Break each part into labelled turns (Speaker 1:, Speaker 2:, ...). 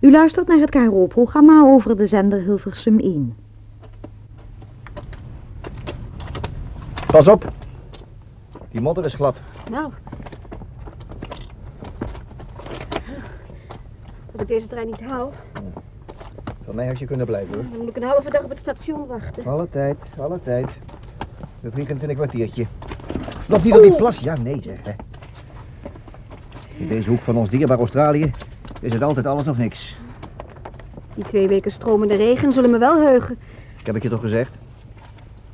Speaker 1: U luistert naar het KRO-programma over de zender Hilversum 1.
Speaker 2: Pas op. Die modder is glad.
Speaker 3: Nou. Als ik deze trein niet haal,
Speaker 2: Van mij had je kunnen blijven hoor.
Speaker 3: dan moet ik een halve dag op het station wachten.
Speaker 2: Alle tijd, alle tijd. We vliegen in een kwartiertje. Snap niet dat die
Speaker 3: Oeh.
Speaker 2: plas? Ja, nee zeg. Hè. In deze hoek van ons dierbaar Australië is het altijd alles of niks.
Speaker 3: Die twee weken stromende regen zullen me wel heugen.
Speaker 2: Ik heb het je toch gezegd?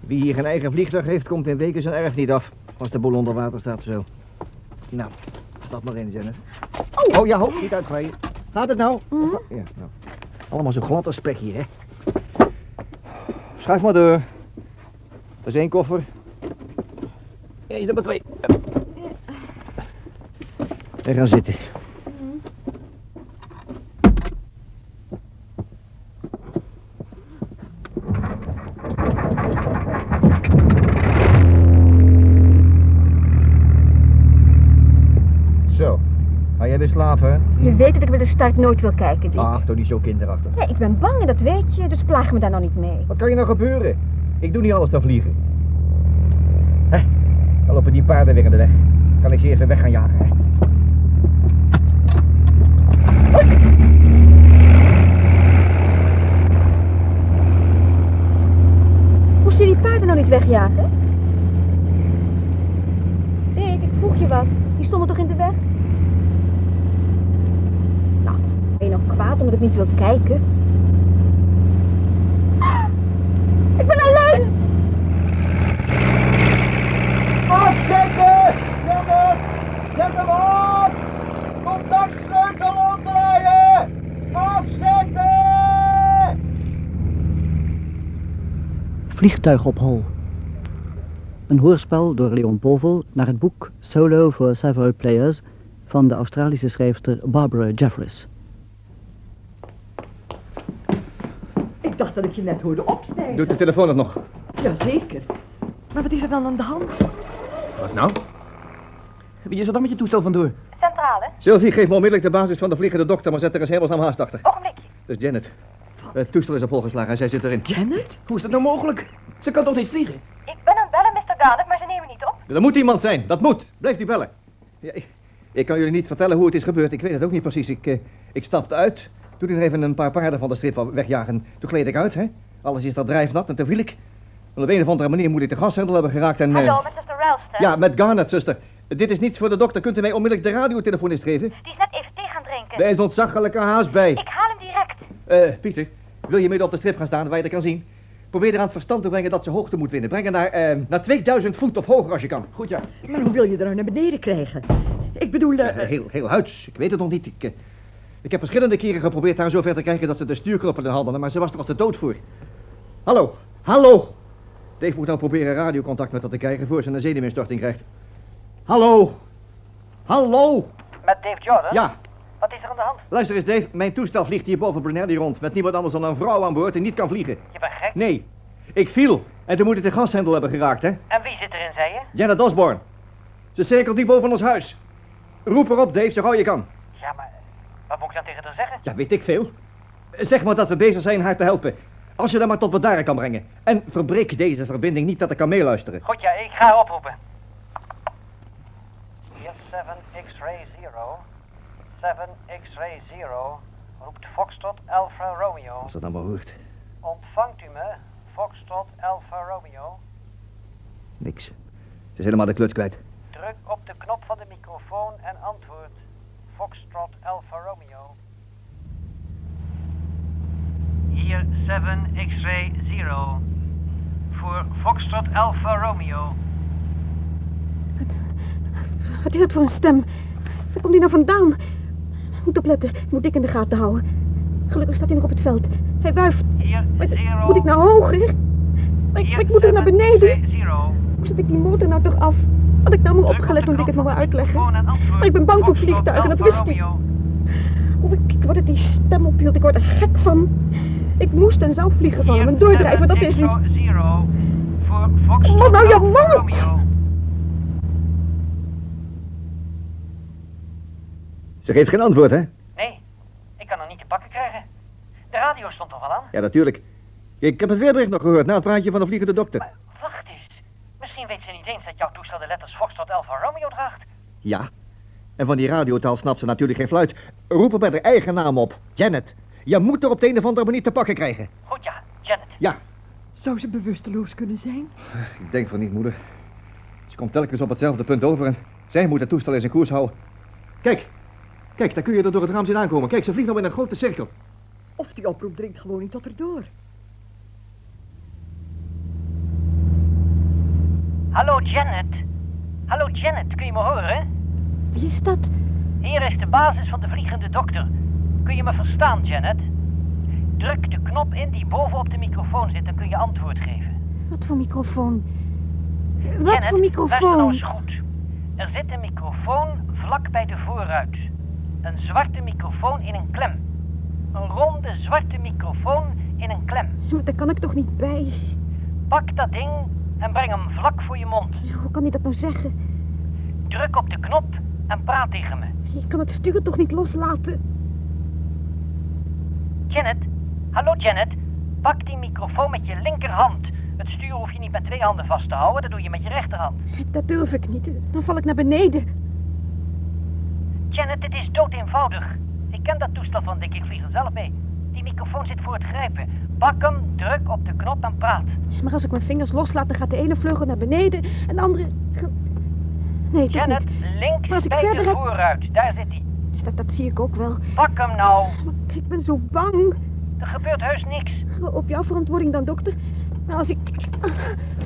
Speaker 2: Wie hier geen eigen vliegtuig heeft, komt in weken zijn erf niet af. Als de boel onder water staat zo. Nou, stap maar in, Janet. Oh, ja, ho, niet uitglijden. Gaat het nou?
Speaker 3: Mhm.
Speaker 2: Ja, nou. Allemaal zo glad als spek hier, hè? Schuif maar door. Dat is één koffer. Eens nummer twee. En gaan zitten. Zo, ga jij weer slapen?
Speaker 3: Je weet dat ik bij de start nooit wil kijken, Dick.
Speaker 2: Ach, doe niet zo kinderachtig.
Speaker 3: Nee, ik ben bang, dat weet je, dus plaag me daar nou niet mee.
Speaker 2: Wat kan je nou gebeuren? Ik doe niet alles dan vliegen. Hé, dan lopen die paarden weer in de weg. Kan ik ze even weg gaan jagen, hè?
Speaker 3: Moest je die paarden nou niet wegjagen? Dick, ik vroeg je wat. Die stonden toch in de weg? Nou, ben je nou kwaad omdat ik niet wil kijken? Ah, Ik ben alleen!
Speaker 2: Afzetten! Jongens! Zet hem op! Contactsleutel omdraaien! Afzetten!
Speaker 4: Vliegtuig op hol. Een hoorspel door Leon Povel naar het boek Solo for Several Players van de Australische schrijfster Barbara Jeffries.
Speaker 5: Ik dacht dat ik je net hoorde opstijgen.
Speaker 2: Doet de telefoon het nog?
Speaker 5: Jazeker. Maar wat is er dan aan de hand?
Speaker 2: Wat nou? Wie is er dan met je toestel vandoor?
Speaker 6: Centrale,
Speaker 2: Sylvie, geef me onmiddellijk de basis van de vliegende dokter, maar zet er eens hemelsnaam haast achter.
Speaker 6: ogenblikje.
Speaker 2: Dat is Janet. Het toestel is op hol geslagen en zij zit erin.
Speaker 5: Janet?
Speaker 7: Hoe is dat nou mogelijk? Ze kan toch niet vliegen?
Speaker 6: Ik ben aan het bellen, Mr. Garlick, maar ze nemen niet op.
Speaker 2: Er moet iemand zijn, dat moet. Blijft u bellen. Ja, ik, ik kan jullie niet vertellen hoe het is gebeurd. Ik weet het ook niet precies. Ik, eh, ik stapte uit. Toen er even een paar paarden van de strip wou wegjagen. Toen gleed ik uit, hè. Alles is daar drijfnat en toen viel ik. En op een of andere manier moet ik de gashendel hebben geraakt en... eh,
Speaker 6: Hallo, met Mr. Ralston.
Speaker 2: ja, met Garnet, zuster. Dit is niets voor de dokter. Kunt u mij onmiddellijk de radiotelefonist geven?
Speaker 6: Die is net even thee gaan drinken.
Speaker 2: Daar is ontzaglijke haast bij.
Speaker 6: Ik haal hem direct.
Speaker 2: Eh, Pieter, wil je midden op de strip gaan staan waar je dat kan zien? Probeer er aan het verstand te brengen dat ze hoogte moet winnen. Breng haar naar, eh, naar 2000 voet of hoger als je kan.
Speaker 7: Goed ja.
Speaker 5: Maar hoe wil je er nou naar beneden krijgen? Ik bedoel, eh,
Speaker 2: Eh, heel, heel huids. Ik weet het nog niet. Ik, eh, ik heb verschillende keren geprobeerd haar zover te krijgen dat ze de stuurknoppen in handen, maar ze was er nog te dood voor. Hallo, hallo! Dave moet nou proberen radiocontact met haar te krijgen voor ze een zenuwinstorting krijgt. Hallo! Hallo!
Speaker 6: Met Dave Jordan?
Speaker 2: Ja,
Speaker 6: Wat is er aan de hand?
Speaker 2: luister eens Dave, mijn toestel vliegt hier boven Brunelli rond met niemand anders dan een vrouw aan boord die niet kan vliegen.
Speaker 6: Je bent gek.
Speaker 2: Nee, ik viel en toen moet ik de gashendel hebben geraakt, hè?
Speaker 6: En wie zit erin, zei je?
Speaker 2: Janet Osborne. Ze cirkelt hier boven ons huis. Roep haar op Dave, zo gauw je kan.
Speaker 6: Ja, maar wat moet ik dan tegen haar zeggen?
Speaker 2: Ja, weet ik veel. Zeg maar dat we bezig zijn haar te helpen. Als je dat maar tot bedaren kan brengen. En verbreek deze verbinding niet dat ik kan meeluisteren.
Speaker 6: Goed, ja, ik ga haar oproepen. Yes, 7 X-ray 0. 7 X-ray 0 roept Foxtrot Alpha Romeo.
Speaker 2: Als dat dan maar hoort.
Speaker 6: Ontvangt u me, Foxtrot Alpha Romeo?
Speaker 2: Niks. Ze is helemaal de kluts kwijt.
Speaker 6: Druk op de knop van de microfoon en antwoord. Foxtrot Alfa Romeo. Hier 7 X-ray 0. Voor Foxtrot Alfa Romeo.
Speaker 3: Wat is dat voor een stem? Waar komt die nou vandaan? Ik Moet opletten, ik moet Dick in de gaten houden. Gelukkig staat hij nog op het veld. Hij wuift.
Speaker 6: Hier
Speaker 3: Maar
Speaker 6: 0.
Speaker 3: Moet ik nou hoger? Maar ik, maar ik moet er naar beneden.
Speaker 6: 0.
Speaker 3: Hoe zet ik die motor nou toch af? Had ik nou maar opgelet toen Dick het me wou uitleggen. Maar ik ben bang voor vliegtuigen, dat wist hij. Hoe ik, ik word het die stem ophield, ik word er gek van. Ik moest en zou vliegen van hem. Een doordrijver, dat is hij.
Speaker 6: 0. Voor Foxtrot
Speaker 3: Mond nou je
Speaker 6: Alfa
Speaker 3: mond!
Speaker 6: Romeo.
Speaker 2: Ze geeft geen antwoord, hè?
Speaker 6: Nee, ik kan er niet te pakken krijgen. De radio stond toch al aan?
Speaker 2: Ja, natuurlijk. Ik heb het weerbericht nog gehoord na het praatje van de vliegende dokter.
Speaker 6: Maar wacht eens. Misschien weet ze niet eens dat jouw toestel de letters Foxtrot Alfa Romeo draagt.
Speaker 2: Ja. En van die radiotaal snapt ze natuurlijk geen fluit. Roep hem bij haar eigen naam op. Janet. Je moet er op de een of andere manier te pakken krijgen.
Speaker 6: Goed ja, Janet.
Speaker 2: Ja.
Speaker 5: Zou ze bewusteloos kunnen zijn?
Speaker 2: Ik denk van niet, moeder. Ze komt telkens op hetzelfde punt over en zij moet het toestel in zijn koers houden. Kijk. Kijk, daar kun je er door het raam zien aankomen. Kijk, ze vliegt nog in een grote cirkel.
Speaker 5: Of die oproep dringt gewoon niet tot erdoor.
Speaker 6: Hallo Janet. Hallo Janet, kun je me horen?
Speaker 3: Wie is dat?
Speaker 6: Hier is de basis van de vliegende dokter. Kun je me verstaan, Janet? Druk de knop in die boven op de microfoon zit, dan kun je antwoord geven.
Speaker 3: Wat voor microfoon? Wat
Speaker 6: Janet,
Speaker 3: voor
Speaker 6: Luister nou eens
Speaker 3: microfoon?
Speaker 6: goed. Er zit een microfoon vlak bij de voorruit. Een zwarte microfoon in een klem. Een ronde zwarte microfoon in een klem.
Speaker 3: Maar daar kan ik toch niet bij?
Speaker 6: Pak dat ding en breng hem vlak voor je mond.
Speaker 3: Hoe kan hij dat nou zeggen?
Speaker 6: Druk op de knop en praat tegen me.
Speaker 3: Je kan het stuur toch niet loslaten?
Speaker 6: Janet, hallo Janet. Pak die microfoon met je linkerhand. Het stuur hoef je niet met twee handen vast te houden, dat doe je met je rechterhand.
Speaker 3: Dat durf ik niet. Dan val ik naar beneden.
Speaker 6: Janet, dit is dood eenvoudig. Ik ken dat toestel van Dick, ik vlieg er zelf mee. Die microfoon zit voor het grijpen. Pak hem, druk op de knop en praat.
Speaker 3: Maar als ik mijn vingers loslaat, dan gaat de ene vleugel naar beneden en de andere... ge- Nee, toch
Speaker 6: Janet,
Speaker 3: niet. Maar als
Speaker 6: links
Speaker 3: ik
Speaker 6: bij de
Speaker 3: verder heb-
Speaker 6: voorruit, daar zit hij.
Speaker 3: Dat, dat zie ik ook wel.
Speaker 6: Pak hem nou.
Speaker 3: Maar ik ben zo bang.
Speaker 6: Er gebeurt heus niks.
Speaker 3: Op jouw verantwoording dan, dokter. Maar als ik... Ah,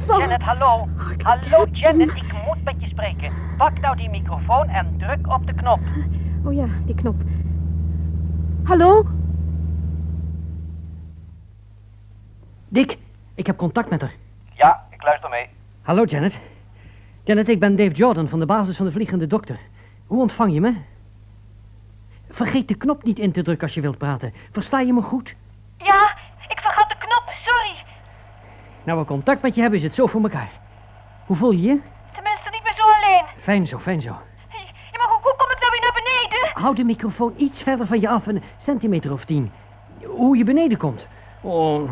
Speaker 3: Val...
Speaker 6: Janet, hallo.
Speaker 3: Oh, ik-
Speaker 6: Hallo Janet, ik moet met je spreken. Pak nou die microfoon en druk op de knop.
Speaker 3: Oh ja, die knop. Hallo?
Speaker 7: Dick, ik heb contact met haar.
Speaker 6: Ja, ik luister mee.
Speaker 7: Hallo, Janet. Janet, ik ben Dave Jordan van de basis van de Vliegende Dokter. Hoe ontvang je me? Vergeet de knop niet in te drukken als je wilt praten. Versta je me goed?
Speaker 8: Ja, ik vergat de knop, sorry.
Speaker 7: Nou, we contact met je hebben, is het zo voor elkaar. Hoe voel je je?
Speaker 8: Tenminste, niet meer zo alleen.
Speaker 7: Fijn zo, fijn zo.
Speaker 8: Ja, maar hoe, hoe kom ik nou weer naar beneden?
Speaker 7: Houd de microfoon iets verder van je af, een centimeter of tien. Hoe je beneden komt. Oh,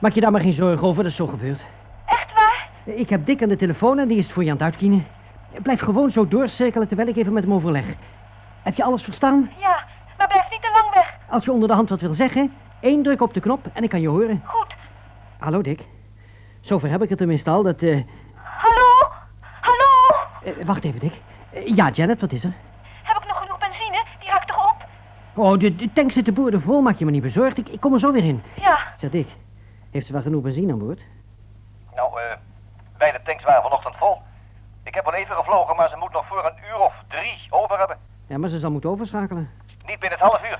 Speaker 7: maak je daar maar geen zorgen over, dat is zo gebeurd.
Speaker 8: Echt waar?
Speaker 7: Ik heb Dick aan de telefoon en die is het voor je aan het uitkienen. Blijf gewoon zo doorcirkelen terwijl ik even met hem overleg. Heb je alles verstaan?
Speaker 8: Ja, maar blijf niet te lang weg.
Speaker 7: Als je onder de hand wat wil zeggen, één druk op de knop en ik kan je horen.
Speaker 8: Goed.
Speaker 7: Hallo Dick. Zover heb ik het tenminste al, dat... eh, eh,
Speaker 8: Hallo? Hallo?
Speaker 7: wacht even, Dick. Eh, ja, Janet, wat is er?
Speaker 8: Heb ik nog genoeg benzine? Die raakt toch op?
Speaker 7: Oh, de, de tank zit de boorden vol, maak je me niet bezorgd. Ik, ik kom er zo weer in.
Speaker 8: Ja.
Speaker 7: Zeg Dick, heeft ze wel genoeg benzine aan boord?
Speaker 6: Nou, eh, beide tanks waren vanochtend vol. Ik heb al even gevlogen, maar ze moet nog voor een uur of drie over hebben.
Speaker 7: Ja, maar ze zal moeten overschakelen.
Speaker 6: Niet binnen het half uur.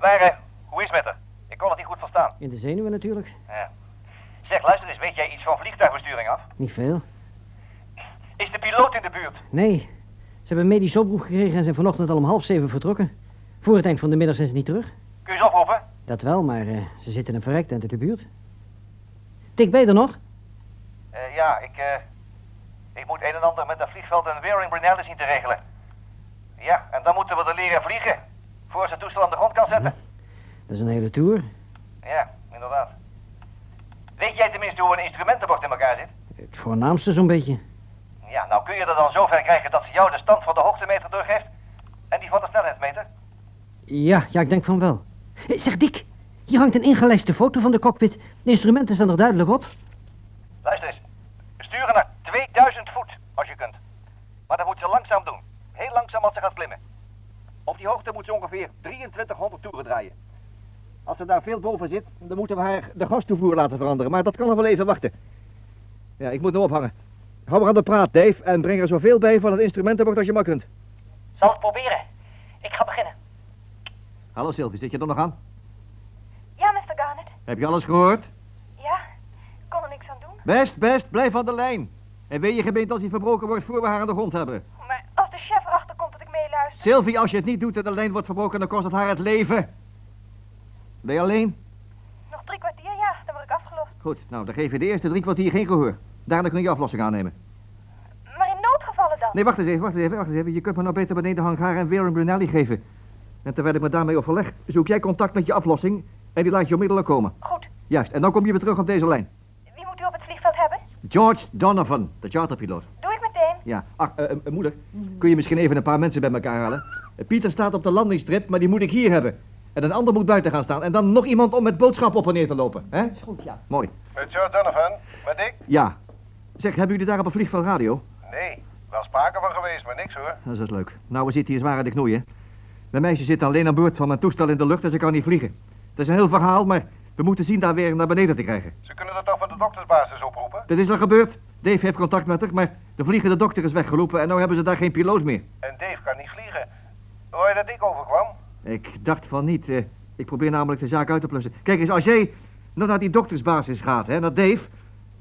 Speaker 6: Maar, eh, hoe is het met haar? Ik kon het niet goed verstaan.
Speaker 7: In de zenuwen natuurlijk.
Speaker 6: Zeg, luister eens, weet jij iets van vliegtuigbesturing af?
Speaker 7: Niet veel.
Speaker 6: Is de piloot in de buurt?
Speaker 7: Nee, ze hebben een medisch oproep gekregen en zijn vanochtend al om half zeven vertrokken. Voor het eind van de middag zijn ze niet terug.
Speaker 6: Kun je ze oproepen?
Speaker 7: Dat wel, maar eh, ze zitten een verrekt eind uit de buurt. Dick, ben je er nog?
Speaker 6: Eh, ja, ik, eh, ik moet een en ander met dat vliegveld en weer in Brunel zien te regelen. Ja, en dan moeten we er leren vliegen. Voor ze het toestel aan de grond kan zetten.
Speaker 7: Dat is een hele tour.
Speaker 6: Ja, inderdaad. Weet jij tenminste hoe een instrumentenbord in elkaar zit?
Speaker 7: Het voornaamste zo'n beetje.
Speaker 6: Ja, nou kun je er dan zover krijgen dat ze jou de stand van de hoogtemeter doorgeeft en die van de snelheidsmeter?
Speaker 7: Ja, ja, ik denk van wel. Eh, Zeg Dick, hier hangt een ingelijste foto van de cockpit. De instrumenten staan er duidelijk op.
Speaker 6: Luister eens, sturen naar 2000 voet als je kunt. Maar dat moet ze langzaam doen. Heel langzaam als ze gaat klimmen.
Speaker 2: Op die hoogte moet ze ongeveer 2300 toeren draaien. Als ze daar veel boven zit, dan moeten we haar de gastoevoer laten veranderen. Maar dat kan nog wel even wachten. Ja, ik moet nu ophangen. Hou maar aan de praat, Dave, en breng er zoveel bij van het instrumentenbord als je maar kunt.
Speaker 6: Zal het proberen. Ik ga beginnen.
Speaker 2: Hallo Sylvie, zit je er nog aan?
Speaker 8: Ja, Mr. Garnet.
Speaker 2: Heb je alles gehoord?
Speaker 8: Ja, ik kon er niks aan doen.
Speaker 2: Best, best, blijf aan de lijn. En weet je gemeente als die verbroken wordt voor we haar aan de grond hebben.
Speaker 8: Maar als de chef erachter komt dat ik meeluister...
Speaker 2: Sylvie, als je het niet doet en de lijn wordt verbroken, dan kost het haar het leven. Ben je alleen?
Speaker 8: Nog drie kwartier, ja, dan word ik afgelost.
Speaker 2: Goed, nou, dan geef je de eerste drie kwartier geen gehoor. Daarna kun je aflossing aannemen.
Speaker 8: Maar in noodgevallen dan?
Speaker 2: Nee, wacht eens even, wacht eens even, wacht eens even. Je kunt me nou beter beneden hangar en weer een Brunelli geven. En terwijl ik me daarmee overleg, zoek jij contact met je aflossing en die laat je onmiddellijk komen.
Speaker 8: Goed.
Speaker 2: Juist, en dan kom je weer terug op deze lijn.
Speaker 8: Wie moet u op het vliegveld hebben?
Speaker 2: George Donovan, de charterpiloot.
Speaker 8: Doe ik meteen.
Speaker 2: Ja, ach, eh, eh, moeder,
Speaker 5: Mhm.
Speaker 2: kun je misschien even een paar mensen bij elkaar halen? Eh, Pieter staat op de landingstrip, maar die moet ik hier hebben. En een ander moet buiten gaan staan. En dan nog iemand om met boodschappen op en neer te lopen. Hè?
Speaker 5: Is goed, ja.
Speaker 2: Mooi.
Speaker 6: Met Joe Donovan, met ik?
Speaker 2: Ja. Zeg, hebben jullie daar op een vliegveld radio?
Speaker 6: Nee, wel sprake van geweest, maar niks hoor.
Speaker 2: Dat is dus leuk. Nou, we zitten hier zwaar in de knoeien. Mijn meisje zit alleen aan boord van mijn toestel in de lucht en ze kan niet vliegen. Het is een heel verhaal, maar we moeten zien daar weer naar beneden te krijgen.
Speaker 6: Ze kunnen dat toch van de doktersbasis oproepen?
Speaker 2: Dat is al gebeurd. Dave heeft contact met haar, maar de vliegende dokter is weggeroepen en nu hebben ze daar geen piloot meer.
Speaker 6: En Dave kan niet vliegen. Hoor je dat ik overkwam?
Speaker 2: Ik dacht van niet. eh, ik probeer namelijk de zaak uit te plussen. Kijk eens, als jij nog naar die doktersbasis gaat, hè, naar Dave...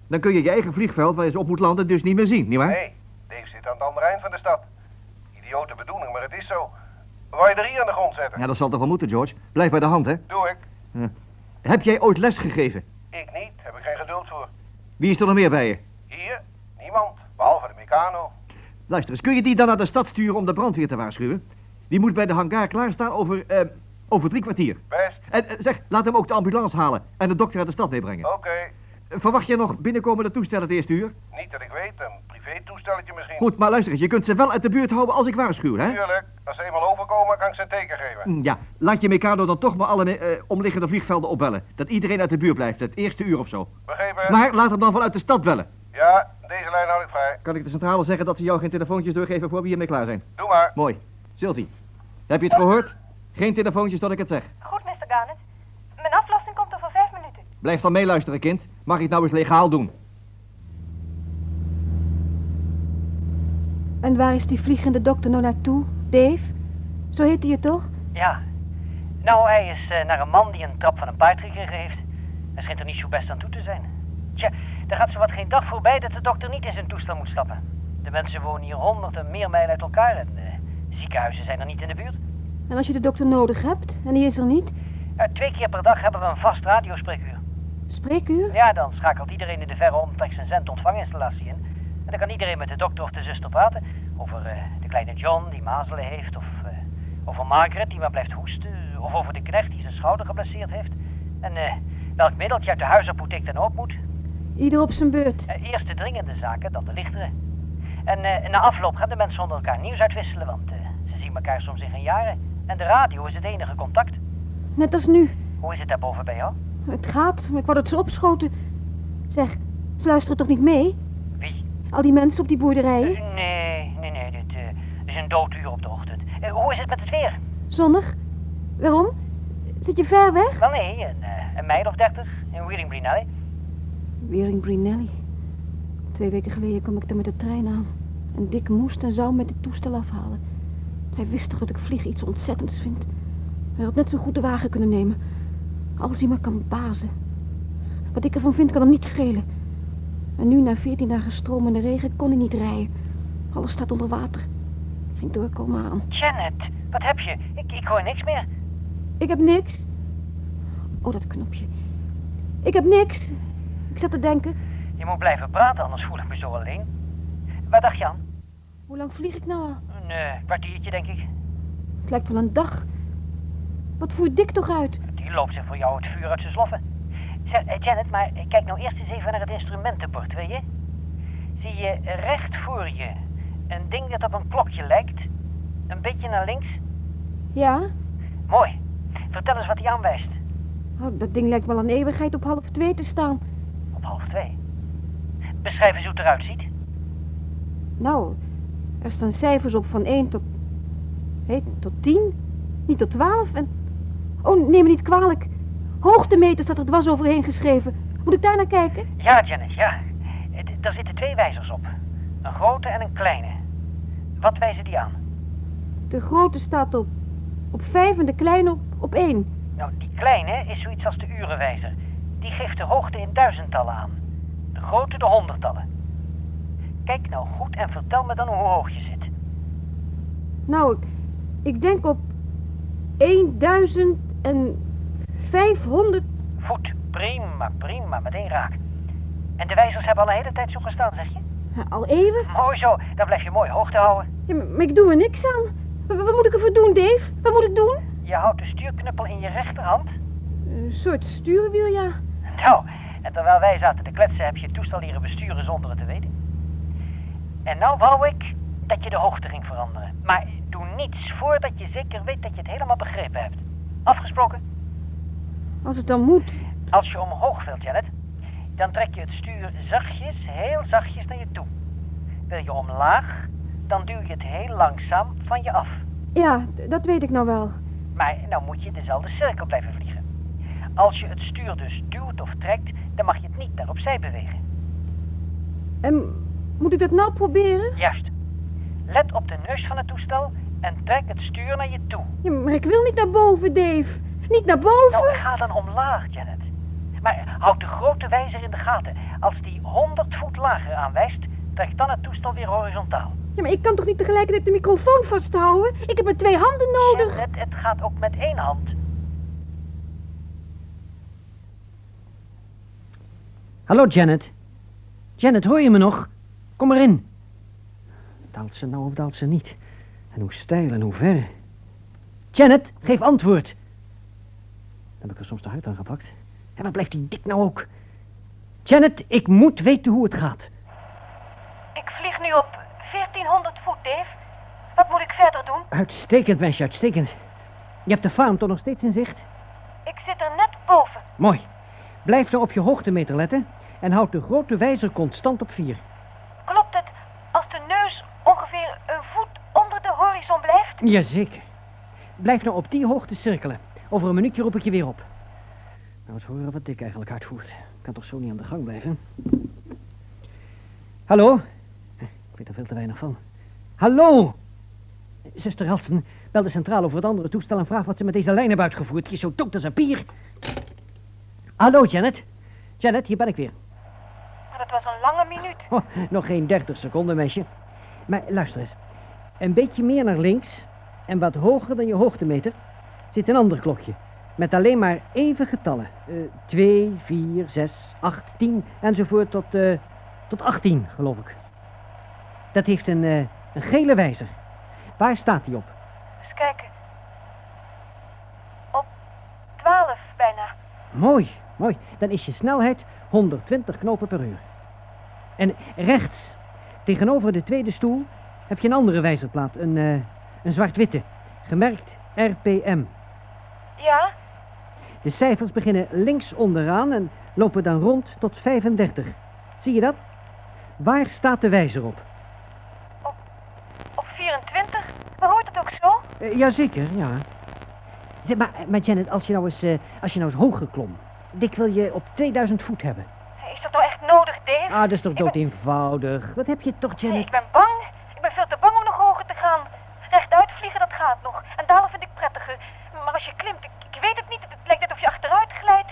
Speaker 2: dan kun je je eigen vliegveld waar je ze op moet landen dus niet meer zien, nietwaar?
Speaker 6: Nee, Dave zit aan het andere eind van de stad. Idiote bedoeling, maar het is zo. Wou je er hier aan de grond zetten?
Speaker 2: Ja, dat zal toch wel moeten, George. Blijf bij de hand, hè.
Speaker 6: Doe ik.
Speaker 2: Heb jij ooit les gegeven?
Speaker 6: Ik niet, heb ik geen geduld voor.
Speaker 2: Wie is er nog meer bij je?
Speaker 6: Hier, niemand, behalve de Meccano.
Speaker 2: Luister eens, kun je die dan naar de stad sturen om de brandweer te waarschuwen? Die moet bij de hangar klaarstaan over, eh, over drie kwartier.
Speaker 6: Best,
Speaker 2: En eh, zeg, laat hem ook de ambulance halen en de dokter uit de stad meebrengen.
Speaker 6: oké.
Speaker 2: Verwacht je nog binnenkomende toestellen het eerste uur?
Speaker 6: Niet dat ik weet, een privétoestelletje misschien.
Speaker 2: Goed, maar luister eens, je kunt ze wel uit de buurt houden als ik waarschuw, hè?
Speaker 6: Tuurlijk, als ze eenmaal overkomen, kan ik ze een teken geven.
Speaker 2: Hm, Ja, laat je Mikado dan toch maar alle eh, omliggende vliegvelden opbellen. Dat iedereen uit de buurt blijft, het eerste uur of zo.
Speaker 6: Begrepen?
Speaker 2: Maar laat hem dan vanuit de stad bellen.
Speaker 6: Ja, deze lijn houd ik vrij.
Speaker 2: Kan ik de centrale zeggen dat ze jou geen telefoontjes doorgeven voor we hiermee klaar zijn?
Speaker 6: Doe maar.
Speaker 2: Mooi. Sylvie, heb je het gehoord? Geen telefoontjes tot ik het zeg.
Speaker 8: Goed, Mr. Garnet. Mijn aflossing komt over vijf minuten.
Speaker 2: Blijf dan meeluisteren, kind. Mag ik het nou eens legaal doen?
Speaker 3: En waar is die vliegende dokter nou naartoe, Dave? Zo heette je toch?
Speaker 9: Ja. Nou, hij is eh, naar een man die een trap van een paard gekregen heeft. Hij schijnt er niet zo best aan toe te zijn. Tja, daar gaat zo wat geen dag voorbij dat de dokter niet in zijn toestel moet stappen. De mensen wonen hier honderd en meer mijlen uit elkaar en eh, ziekenhuizen zijn er niet in de buurt.
Speaker 3: En als je de dokter nodig hebt en die is er niet,
Speaker 9: Eh, twee keer per dag hebben we een vast radiospreekuur.
Speaker 3: spreekuur?
Speaker 9: Ja, dan schakelt iedereen in de verre omtrek een zendontvanginstallatie in. En dan kan iedereen met de dokter of de zuster praten. Over eh, de kleine John die mazelen heeft. Of eh, over Margaret die maar blijft hoesten. Of over de knecht die zijn schouder geblesseerd heeft. En eh, welk middeltje uit de huisapotheek dan ook moet.
Speaker 3: Ieder op zijn beurt.
Speaker 9: Eh, eerst de dringende zaken, dan de lichtere. En eh, na afloop gaan de mensen onder elkaar nieuws uitwisselen. Want eh, ze zien elkaar soms in geen jaren. En de radio is het enige contact.
Speaker 3: Net als nu.
Speaker 9: Hoe is het daarboven bij jou?
Speaker 3: Het gaat, maar ik word het zo opschoten. Zeg, ze luisteren toch niet mee?
Speaker 9: Wie?
Speaker 3: Al die mensen op die boerderijen?
Speaker 9: Nee, nee, nee. Dit eh, is een dooduur op de ochtend. Eh, hoe is het met het weer?
Speaker 3: Zonnig? Waarom? Zit je ver weg?
Speaker 9: Wel nee, een, eh, een mijl of dertig in Wheeling Green Alley.
Speaker 3: Wering Brinelli. Twee weken geleden kwam ik er met de trein aan. En Dick moest en zou met het toestel afhalen. Hij wist toch dat ik vliegen iets ontzettends vind. Hij had net zo goed de wagen kunnen nemen. Als hij maar kan bazen. Wat ik ervan vind kan hem niet schelen. En nu na veertien dagen stromende regen kon hij niet rijden. Alles staat onder water. Geen doorkomen aan.
Speaker 9: Janet, wat heb je? Ik, ik hoor niks meer.
Speaker 3: Ik heb niks. Oh, dat knopje. Ik heb niks. Ik zat te denken,
Speaker 9: Je moet blijven praten, anders voel ik me zo alleen. Waar dacht je aan?
Speaker 3: hoe lang vlieg ik nou al?
Speaker 9: Een eh, kwartiertje, denk ik.
Speaker 3: Het lijkt wel een dag. Wat voert Dick toch uit?
Speaker 9: Die loopt zich voor jou het vuur uit zijn sloffen. Zeg, eh, Janet, maar eh, kijk nou eerst eens even naar het instrumentenbord, wil je? Zie je recht voor je een ding dat op een klokje lijkt? Een beetje naar links?
Speaker 3: Ja?
Speaker 9: Mooi. Vertel eens wat hij aanwijst.
Speaker 3: Oh, dat ding lijkt wel een eeuwigheid op half twee te staan.
Speaker 9: Op half twee. Beschrijf eens hoe het eruit ziet.
Speaker 3: Nou, er staan cijfers op van 1 tot. hé, tot 10? Niet tot 12? En. Oh, neem me niet kwalijk. Hoogtemeter staat er dwars overheen geschreven. Moet ik daar naar kijken?
Speaker 9: Ja, Janet, ja. Eh, d- Daar zitten twee wijzers op. Een grote en een kleine. Wat wijzen die aan?
Speaker 3: De grote staat op. op 5 en de kleine op, op 1.
Speaker 9: Nou, die kleine is zoiets als de urenwijzer. Die geeft de hoogte in duizendtallen aan. De grote de honderdtallen. Kijk nou goed en vertel me dan hoe hoog je zit.
Speaker 3: Nou, ik, ik denk op. 1500.
Speaker 9: Goed, prima, prima, meteen raak. En de wijzers hebben al een hele tijd zo gestaan, zeg je?
Speaker 3: Nou, Al even?
Speaker 9: Mooi zo, dan blijf je mooi hoogte houden.
Speaker 3: Ja, maar ik doe er niks aan. Wat, wat moet ik ervoor doen, Dave? Wat moet ik doen?
Speaker 9: Je houdt de stuurknuppel in je rechterhand.
Speaker 3: Een soort stuurwiel, ja.
Speaker 9: Nou, en terwijl wij zaten te kletsen heb je het toestel leren besturen zonder het te weten. En nou wou ik dat je de hoogte ging veranderen. Maar doe niets voordat je zeker weet dat je het helemaal begrepen hebt. Afgesproken,
Speaker 3: Als het dan moet.
Speaker 9: als je omhoog wilt, Janet, dan trek je het stuur zachtjes, heel zachtjes naar je toe. Wil je omlaag, dan duw je het heel langzaam van je af.
Speaker 3: Ja, d- dat weet ik nou wel.
Speaker 9: Maar nou moet je in dezelfde cirkel blijven vliegen. Als je het stuur dus duwt of trekt, dan mag je het niet naar opzij bewegen.
Speaker 3: En moet ik dat nou proberen?
Speaker 9: Juist. Let op de neus van het toestel en trek het stuur naar je toe.
Speaker 3: Ja, maar ik wil niet naar boven, Dave. Niet naar boven.
Speaker 9: Nou, ga dan omlaag, Janet. Maar houd de grote wijzer in de gaten. Als die 100 voet lager aanwijst, trek dan het toestel weer horizontaal.
Speaker 3: Ja, maar ik kan toch niet tegelijkertijd de microfoon vasthouden? Ik heb mijn twee handen nodig.
Speaker 9: Janet, het gaat ook met één hand.
Speaker 7: Hallo, Janet. Janet, hoor je me nog? Kom erin. Daalt ze nou of daalt ze niet? En hoe steil en hoe ver? Janet, geef antwoord. Dan heb ik er soms de huid aan gepakt. En wat blijft die dik nou ook? Janet, ik moet weten hoe het gaat.
Speaker 8: Ik vlieg nu op 1400 voet, Dave. Wat moet ik verder doen?
Speaker 7: Uitstekend, meisje, uitstekend. Je hebt de farm toch nog steeds in zicht?
Speaker 8: Ik zit er net boven.
Speaker 7: Mooi. Blijf nou op je hoogtemeter letten en houd de grote wijzer constant op 4.
Speaker 8: Klopt het als de neus ongeveer een voet onder de horizon blijft?
Speaker 7: Jazeker. Blijf nou op die hoogte cirkelen. Over een minuutje roep ik je weer op. Nou, eens horen wat Dick eigenlijk uitvoert. Kan toch zo niet aan de gang blijven? Hallo? Eh, Ik weet er veel te weinig van. Hallo? Eh, Zuster Halsten, bel de centrale over het andere toestel en vraag wat ze met deze lijn hebben uitgevoerd. Het is zo dood als een pier. Hallo, Janet? Janet, hier ben ik weer.
Speaker 8: Maar dat was een lange minuut.
Speaker 7: Oh, nog geen 30 seconden, meisje. Maar luister eens. Een beetje meer naar links en wat hoger dan je hoogtemeter zit een ander klokje. Met alleen maar even getallen. Eh 2, 4, 6, 8, 10 enzovoort tot, eh, tot 18, geloof ik. Dat heeft een, eh, een gele wijzer. Waar staat die op?
Speaker 8: Eens kijken. Op 12 bijna.
Speaker 7: Mooi, mooi. Dan is je snelheid 120 knopen per uur. En rechts, tegenover de tweede stoel, heb je een andere wijzerplaat. Een, eh, een zwart-witte. Gemerkt RPM.
Speaker 8: Ja,
Speaker 7: De cijfers beginnen links onderaan en lopen dan rond tot 35. Zie je dat? Waar staat de wijzer op?
Speaker 8: op 24. Maar hoort het ook zo?
Speaker 7: Ja, Eh, jazeker, ja. Zeg, maar, maar Janet, als je nou eens, eh, als je nou eens hoger klom. Dik wil je op 2000 voet hebben.
Speaker 8: Is dat nou echt nodig, Dave?
Speaker 7: Ah, dat is toch
Speaker 8: Ik ben-
Speaker 7: dood eenvoudig. Wat heb je toch,
Speaker 8: Nee,
Speaker 7: Janet?
Speaker 8: ik ben bang. Ik ben veel te bang om nog hoger te gaan. Rechtuit vliegen, dat gaat nog. En dalen vind ik prettiger. Maar als je klimt, ik, ik weet het niet. Het lijkt net of je achteruit glijdt.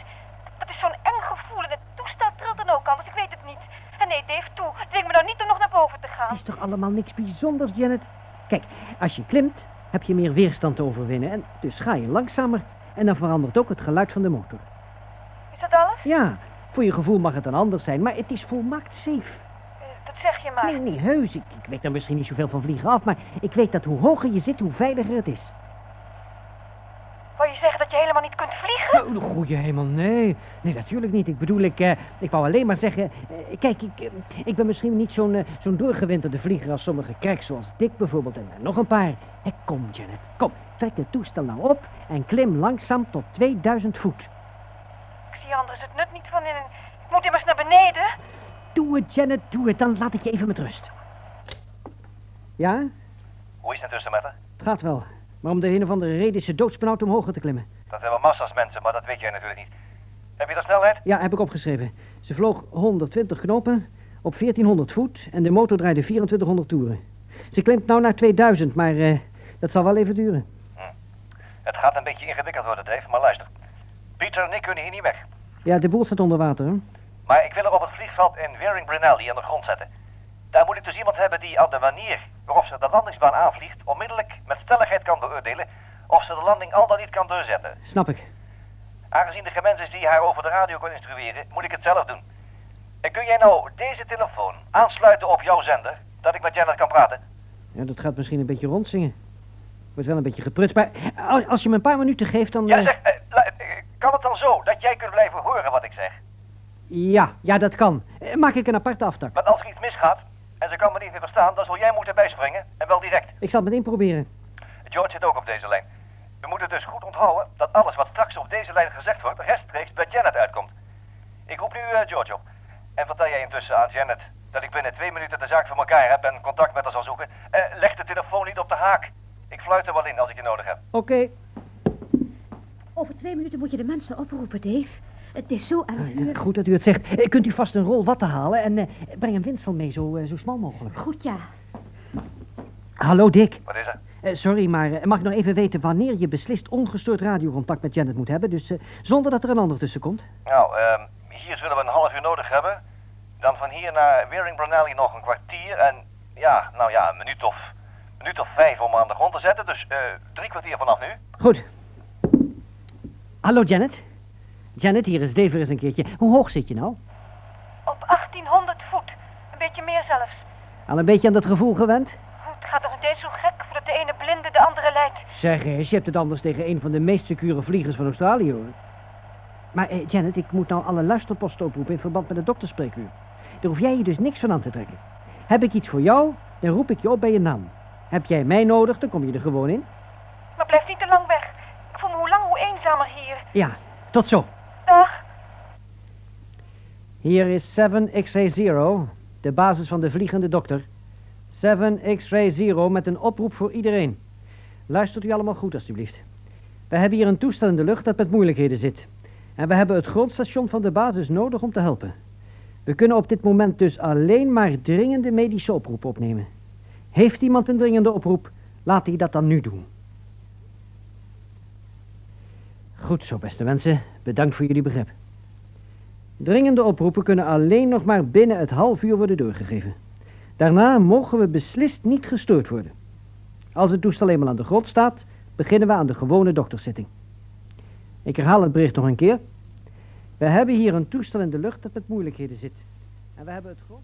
Speaker 8: Dat is zo'n eng gevoel. En het toestel trilt dan ook anders. Ik weet het niet. En nee, Dave, toe. Dwing me nou niet om nog naar boven te gaan.
Speaker 7: Het is toch allemaal niks bijzonders, Janet? Kijk, als je klimt, heb je meer weerstand te overwinnen. En dus ga je langzamer en dan verandert ook het geluid van de motor.
Speaker 8: Is dat alles?
Speaker 7: Ja, voor je gevoel mag het dan anders zijn, maar het is volmaakt safe.
Speaker 8: Eh, Dat zeg je maar.
Speaker 7: Nee, nee, heus. Ik, ik weet er misschien niet zoveel van vliegen af, maar ik weet dat hoe hoger je zit, hoe veiliger het is.
Speaker 8: Wou je zeggen dat je helemaal niet kunt vliegen?
Speaker 7: Nou, de goeie hemel, nee. Nee, natuurlijk niet. Ik bedoel, ik, eh, ik wou alleen maar zeggen... eh, kijk, ik, eh, ik ben misschien niet zo'n eh, zo'n doorgewinterde vlieger als sommige kreks, zoals Dick bijvoorbeeld, en eh, nog een paar. Hé, kom, Janet, kom. Trek het toestel nou op en klim langzaam tot 2000 voet.
Speaker 8: Ik zie anders het nut niet van in. Ik moet immers naar beneden.
Speaker 7: Doe het, Janet, doe het. Dan laat ik je even met rust. Ja,
Speaker 6: Hoe is het intussen met haar?
Speaker 7: het gaat wel. Maar om de een of andere reden is ze doodsbenauwd om hoger te klimmen.
Speaker 6: Dat hebben massa's mensen, maar dat weet jij natuurlijk niet. Heb je de snelheid?
Speaker 7: Ja, heb ik opgeschreven. Ze vloog 120 knopen op 1400 voet en de motor draaide 2400 toeren. Ze klimt nou naar 2000, maar eh, dat zal wel even duren.
Speaker 6: Het gaat een beetje ingewikkeld worden, Dave, maar luister. Pieter en ik kunnen hier niet weg.
Speaker 7: Ja, de boel staat onder water. hè?
Speaker 6: Maar ik wil er op het vliegveld in Waring Brunelli aan de grond zetten. Daar moet ik dus iemand hebben die aan de manier waarop ze de landingsbaan aanvliegt... onmiddellijk met stelligheid kan beoordelen of ze de landing al dan niet kan doorzetten.
Speaker 7: Snap ik.
Speaker 6: Aangezien de gemens is die haar over de radio kan instrueren, moet ik het zelf doen. En kun jij nou deze telefoon aansluiten op jouw zender, dat ik met Janet kan praten?
Speaker 7: Ja, dat gaat misschien een beetje rondzingen. Wordt wel een beetje geprutst, maar eh, als, als je me een paar minuten geeft, dan...
Speaker 6: Ja,
Speaker 7: eh,
Speaker 6: zeg, eh, la- eh, kan het dan zo dat jij kunt blijven horen wat ik zeg?
Speaker 7: ja, ja, dat kan. Eh, Maak ik een aparte aftak.
Speaker 6: Want als er iets misgaat en ze kan me niet meer verstaan, dan zul jij moeten bijspringen en wel direct.
Speaker 7: Ik zal het meteen proberen.
Speaker 6: George zit ook op deze lijn. We moeten dus goed onthouden dat alles wat straks op deze lijn gezegd wordt rechtstreeks bij Janet uitkomt. Ik roep nu eh, George op. En vertel jij intussen aan Janet dat ik binnen twee minuten de zaak voor elkaar heb en contact met haar zal zoeken. Eh, leg de telefoon niet op de haak. Ik fluit er wel in als ik je nodig heb.
Speaker 7: Oké.
Speaker 10: Over twee minuten moet je de mensen oproepen, Dave. Het is zo erg.
Speaker 7: Ja, Goed dat u het zegt. Eh, Kunt u vast een rol watten halen en eh, breng een windsel mee, zo, eh, zo smal mogelijk.
Speaker 10: Goed, ja.
Speaker 7: Hallo Dick.
Speaker 6: Wat is er?
Speaker 7: Eh, sorry, maar eh, mag ik nog even weten wanneer je beslist ongestoord radiocontact met Janet moet hebben? Dus eh, zonder dat er een ander tussen komt.
Speaker 6: Nou, ehm, hier zullen we een half uur nodig hebben. Dan van hier naar Wearing Brunelli nog een kwartier. En ja, nou ja, een minuut of, minuut of vijf om aan de grond te zetten. Dus eh, drie kwartier vanaf nu.
Speaker 7: Goed. Hallo Janet. Janet, hier is Dave weer eens een keertje. Hoe hoog zit je nou?
Speaker 8: Op 1800 voet. Een beetje meer zelfs.
Speaker 7: Al een beetje aan dat gevoel gewend?
Speaker 8: Het gaat toch niet eens zo gek voordat de ene blinde de andere leidt.
Speaker 7: Zeg eens, je hebt het anders tegen een van de meest secure vliegers van Australië hoor. Maar eh, Janet, ik moet nou alle luisterposten oproepen in verband met het dokterspreekuur. Daar hoef jij je dus niks van aan te trekken. Heb ik iets voor jou, dan roep ik je op bij je naam. Heb jij mij nodig, dan kom je er gewoon in.
Speaker 8: Maar blijf niet te lang weg. Ik voel me hoe lang hoe eenzamer hier.
Speaker 7: Ja, tot zo.
Speaker 8: Dag.
Speaker 7: Hier is 7X-ray-0, de basis van de vliegende dokter. 7X-ray-0 met een oproep voor iedereen. Luistert u allemaal goed, alstublieft. We hebben hier een toestel in de lucht dat met moeilijkheden zit. En we hebben het grondstation van de basis nodig om te helpen. We kunnen op dit moment dus alleen maar dringende medische oproepen opnemen. Heeft iemand een dringende oproep, laat hij dat dan nu doen. Goed zo, beste mensen. Bedankt voor jullie begrip. Dringende oproepen kunnen alleen nog maar binnen het half uur worden doorgegeven. Daarna mogen we beslist niet gestoord worden. Als het toestel eenmaal aan de grond staat, beginnen we aan de gewone dokterszitting. Ik herhaal het bericht nog een keer. We hebben hier een toestel in de lucht dat met moeilijkheden zit. En we hebben het grond.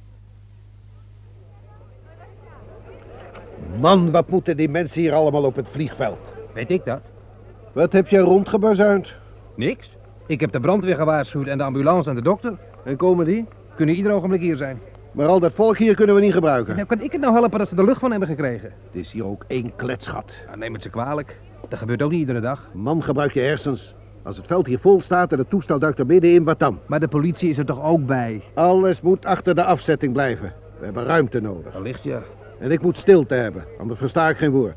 Speaker 11: Man, wat moeten die mensen hier allemaal op het vliegveld?
Speaker 12: Weet ik dat?
Speaker 11: Wat heb jij rondgebazuind?
Speaker 12: Niks. Ik heb de brandweer gewaarschuwd en de ambulance en de dokter.
Speaker 11: En komen die?
Speaker 12: Kunnen ieder ogenblik hier zijn.
Speaker 11: Maar al dat volk hier kunnen we niet gebruiken.
Speaker 12: Nou, kan ik het nou helpen dat ze de lucht van hebben gekregen?
Speaker 11: Het is hier ook één kletschat.
Speaker 12: Nou, neem het ze kwalijk. Dat gebeurt ook niet iedere dag.
Speaker 11: Man, gebruik je hersens. Als het veld hier vol staat en het toestel duikt er midden in, wat dan?
Speaker 12: Maar de politie is er toch ook bij?
Speaker 11: Alles moet achter de afzetting blijven. We hebben ruimte nodig.
Speaker 12: Wellicht ja.
Speaker 11: En ik moet stilte hebben, anders versta ik geen woord.